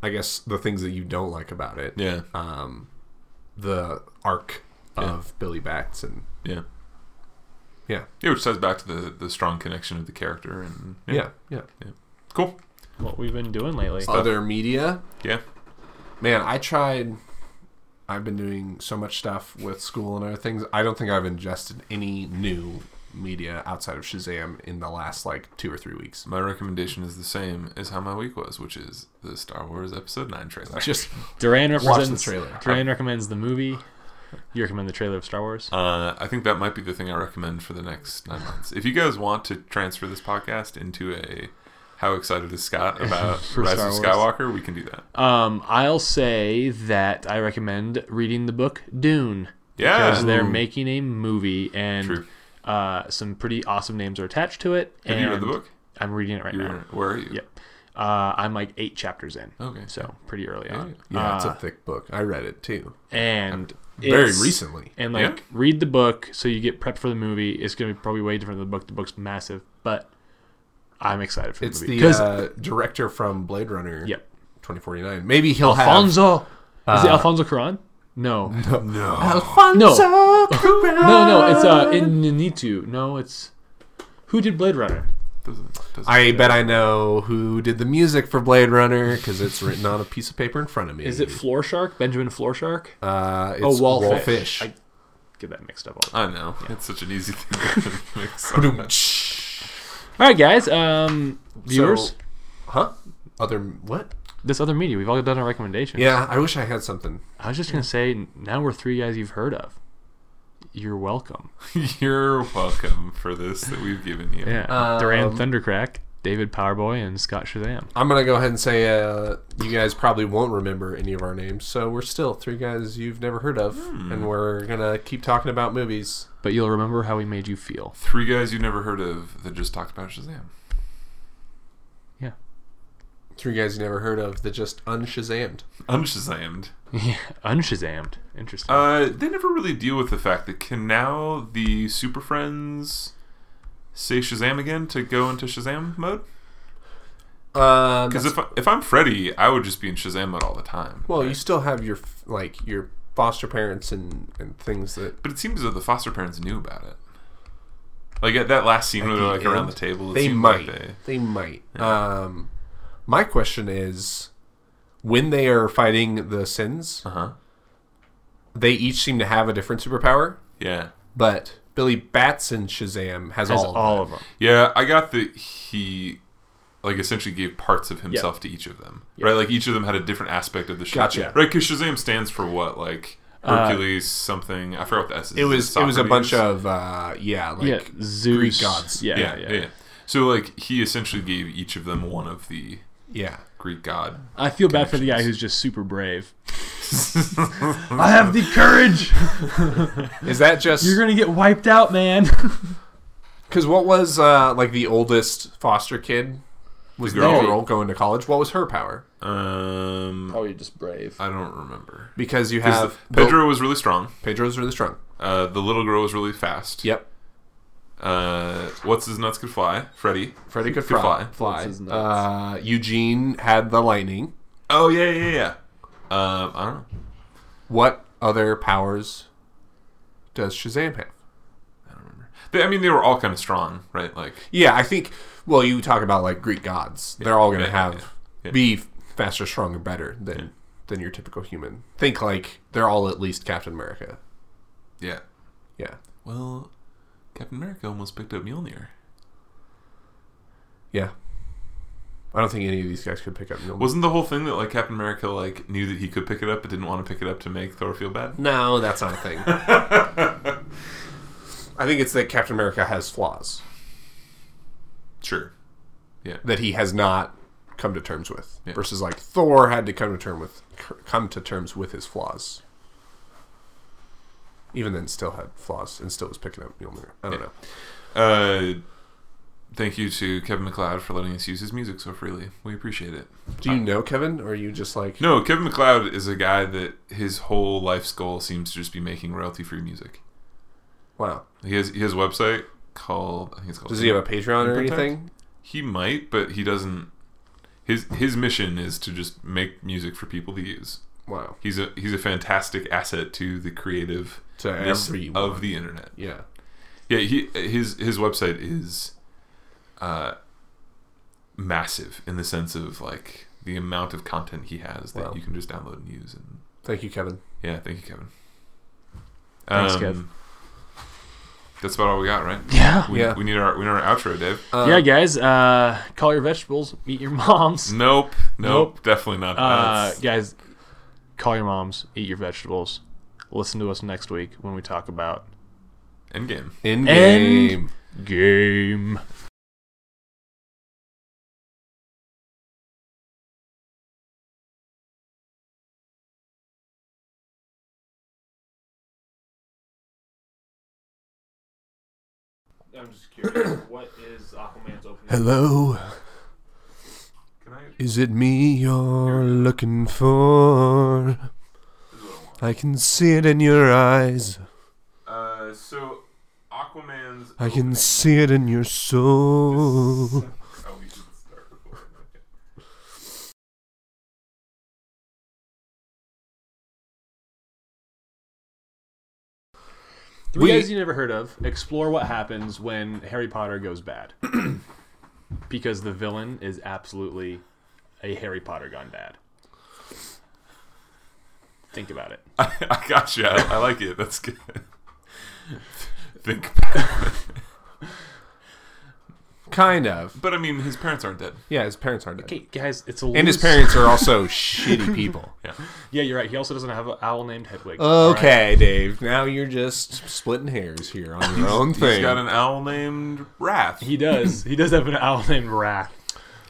A: I guess, the things that you don't like about it.
B: Yeah.
A: Um, the arc of Billy Bats and
B: yeah.
A: yeah,
B: Yeah, which ties back to the, the strong connection of the character and
A: yeah, yeah.
B: Cool.
C: what we've been doing lately.
A: Other media,
B: Yeah.
A: man i tried i've been doing so much stuff with school and other things i don't think i've ingested any new media outside of shazam in the last like two or three weeks
B: My recommendation is the same as how my week was, which is the Star Wars episode nine trailer.
A: just
C: Duran represents
A: trailer.
C: Duran recommends the movie. You recommend the trailer of Star Wars.
B: uh, I think that might be the thing I recommend for the next nine months. If you guys want to transfer this podcast into a how excited is Scott about
C: For
B: Rise
C: Star
B: of
C: Wars.
B: Skywalker, we can do that.
C: Um, I'll say that I recommend reading the book Dune
B: Yeah.
C: because they're making a movie and
B: True.
C: uh, some pretty awesome names are attached to it.
B: Have you read the
C: and
B: book?
C: I'm reading it right
B: You're,
C: now.
B: where are you?
C: Yep. Uh, I'm like eight chapters in.
B: Okay.
C: So pretty early on.
A: yeah it's
C: Uh,
A: a thick book i read it too
C: and
A: very
C: it's-
A: recently
C: And
B: Yeah.
C: like read the book so you get prepped for the movie. It's gonna be probably way different than the book. The book's massive, but I'm excited for the
A: it's
C: movie
B: uh,
A: the uh, director from blade runner
C: Yep.
A: 2049. Maybe he'll have
C: Alfonso. Is it Alfonso Cuarón? No. No.
A: Alfonso
C: No.
A: Cuarón.
C: No, it's uh, Inanitu. No, it's. Who did Blade Runner?
B: Doesn't, doesn't
A: I bet I know who did the music for Blade Runner because it's written on a piece of paper in front of me.
C: Is it Floor Shark? Benjamin Floor Shark?
A: Uh, it's
C: oh, Wallfish.
A: Wallfish.
C: I get that mixed up all the time.
B: I know. It's such an easy thing. to mix up.
C: All right, guys. Um, viewers,
A: So- huh? Other what?
C: this other media, we've all done our recommendation.
A: Yeah, I wish I had something.
C: I was just going to say, now we're three guys you've heard of. You're welcome.
B: You're welcome for this that we've given you.
C: Yeah. Duran Thundercrack, David Powerboy, and Scott Shazam.
A: I'm gonna go ahead and say uh, you guys probably won't remember any of our names, so we're still three guys you've never heard of,
B: Hmm.
A: and we're gonna keep talking about movies.
C: But you'll remember how we made you feel.
B: Three guys you've never heard of that just talked about Shazam.
C: Yeah.
A: Three guys you never heard of that just unshazammed.
B: Unshazamed.
C: Yeah. Unshazamed. Interesting.
B: Uh, they never really deal with the fact that can now the Super Friends say Shazam again to go into Shazam mode?
A: Um,
B: Because if, I- if I'm Freddy, I would just be in Shazam mode all the time.
A: well, you still have your f- like your foster parents and and things that
B: But it seems as though the foster parents knew about it. Like at that last scene where they're
A: the
B: like around
A: end,
B: the table, it
A: they
B: seemed
A: might.
B: like they-
A: they might. Um, my question is, when they are fighting the sins,
B: Uh-huh.
A: they each seem to have a different superpower,
B: yeah,
A: but Billy Batson Shazam has,
C: As
A: all. of
C: all
A: them.
C: of them.
B: yeah. I got that he like essentially gave parts of himself to each of them, right? Like each of them had a different aspect of the Shazam,
A: Gotcha. Uh,
B: right? Because Shazam stands for what, like Hercules, something. I forgot what the S is.
A: It was it was a bunch
B: Socrates?
A: of uh, yeah like
C: yeah.
A: Greek
C: Zeus.
A: gods.
C: Yeah.
B: yeah,
C: Yeah.
B: yeah, yeah. So like he essentially gave each of them one of the
A: yeah.
B: Greek god.
C: I feel bad for the guy who's just super brave. I have the courage.
A: Is that just
C: You're gonna get wiped out, man.
A: because what was uh, like the oldest foster kid was the
B: girl.
A: girl going to college? What was her power?
B: Um,
D: Probably just brave.
B: I don't remember.
A: Because you
B: 'Cause
A: have
B: Pedro was really strong.
A: Pedro's really strong.
B: Uh, the little girl was really fast.
A: Yep.
B: Uh, what's his nuts could fly? Freddy.
A: Freddy could
B: Could
A: fly.
D: That's
A: Fly.
D: his nuts.
A: Uh, Eugene had the lightning.
B: Oh yeah, yeah, yeah. Um, I don't know.
A: What other powers does Shazam have?
B: They, I mean, they were all kind of strong, right? Like
A: Yeah, I think. Well, you talk about like Greek gods. They're all going to
B: yeah,
A: have
B: yeah.
A: be faster, stronger, better than than your typical human. Think like they're all at least Captain America.
B: yeah.
A: Yeah,
B: Well, Captain America almost picked up Mjolnir.
A: yeah. I don't think any of these guys could pick up. Mjolnir.
B: Wasn't the whole thing that like Captain America like knew that he could pick it up but didn't want to pick it up to make Thor feel bad?
A: no, that's not a thing. I think it's that Captain America has flaws
B: Sure.
A: that he has not come to terms with,
B: Yeah.
A: versus like Thor had to come to term with come to terms with his flaws. Even then, still had flaws and still was picking up Mjolnir. I don't
B: Yeah.
A: know.
B: Uh, thank you to Kevin McLeod for letting us use his music so freely. We appreciate it.
A: Do you know Kevin, or are you just like
B: No, Kevin McLeod is a guy that his whole life's goal seems to just be making royalty free music.
A: wow?
B: He has he has a website called I think it's called
A: Does he have a Patreon or
B: Protect?
A: anything?
B: He might, but he doesn't his his mission is to just make music for people to use.
A: Wow,
B: He's a he's a fantastic asset to the creative
A: to everyone.
B: of the internet.
A: yeah,
B: Yeah, he his his website is uh, massive in the sense of like the amount of content he has that
A: Wow.
B: you can just download and use. And
A: thank you, Kevin.
B: yeah, thank you, Kevin.
C: Thanks,
B: Um,
C: Kev.
B: That's about all we got, right?
C: Yeah.
B: We,
A: Yeah.
B: we need our we need our outro, Dave.
A: Uh,
C: yeah, guys. Uh, call your vegetables. Meet your moms.
B: Nope, nope,
C: Nope.
B: definitely not.
C: Uh,
B: That's-
C: guys, call your moms. Eat your vegetables. Listen to us next week when we talk about
B: Endgame.
A: In
C: End-
A: game.
C: game. I'm just curious. what is Aquaman's opening?
A: Hello,
B: Can I?
A: is it me you're looking for? I can see it in your eyes.
B: Uh, so Aquaman's.
A: I can see it in your soul.
B: we should start recording.
C: Three
A: We-
C: guys you never heard of explore what happens when Harry Potter goes bad, because the villain is absolutely a Harry Potter gone bad. Think about it.
B: I, I got you. I, I like it. That's good. Think, about it.
A: Kind of.
B: but I mean, his parents aren't dead.
A: Yeah, his parents aren't dead.
C: Okay, guys, it's a
A: And his
C: loose-
A: parents are also shitty people.
C: Yeah, you're right. He also doesn't have an owl named Hedwig. All right.
A: Okay, Dave. Now you're just splitting hairs here on your own
B: He's
A: thing.
B: got an owl named Wrath.
C: He does. He does have an owl named Wrath.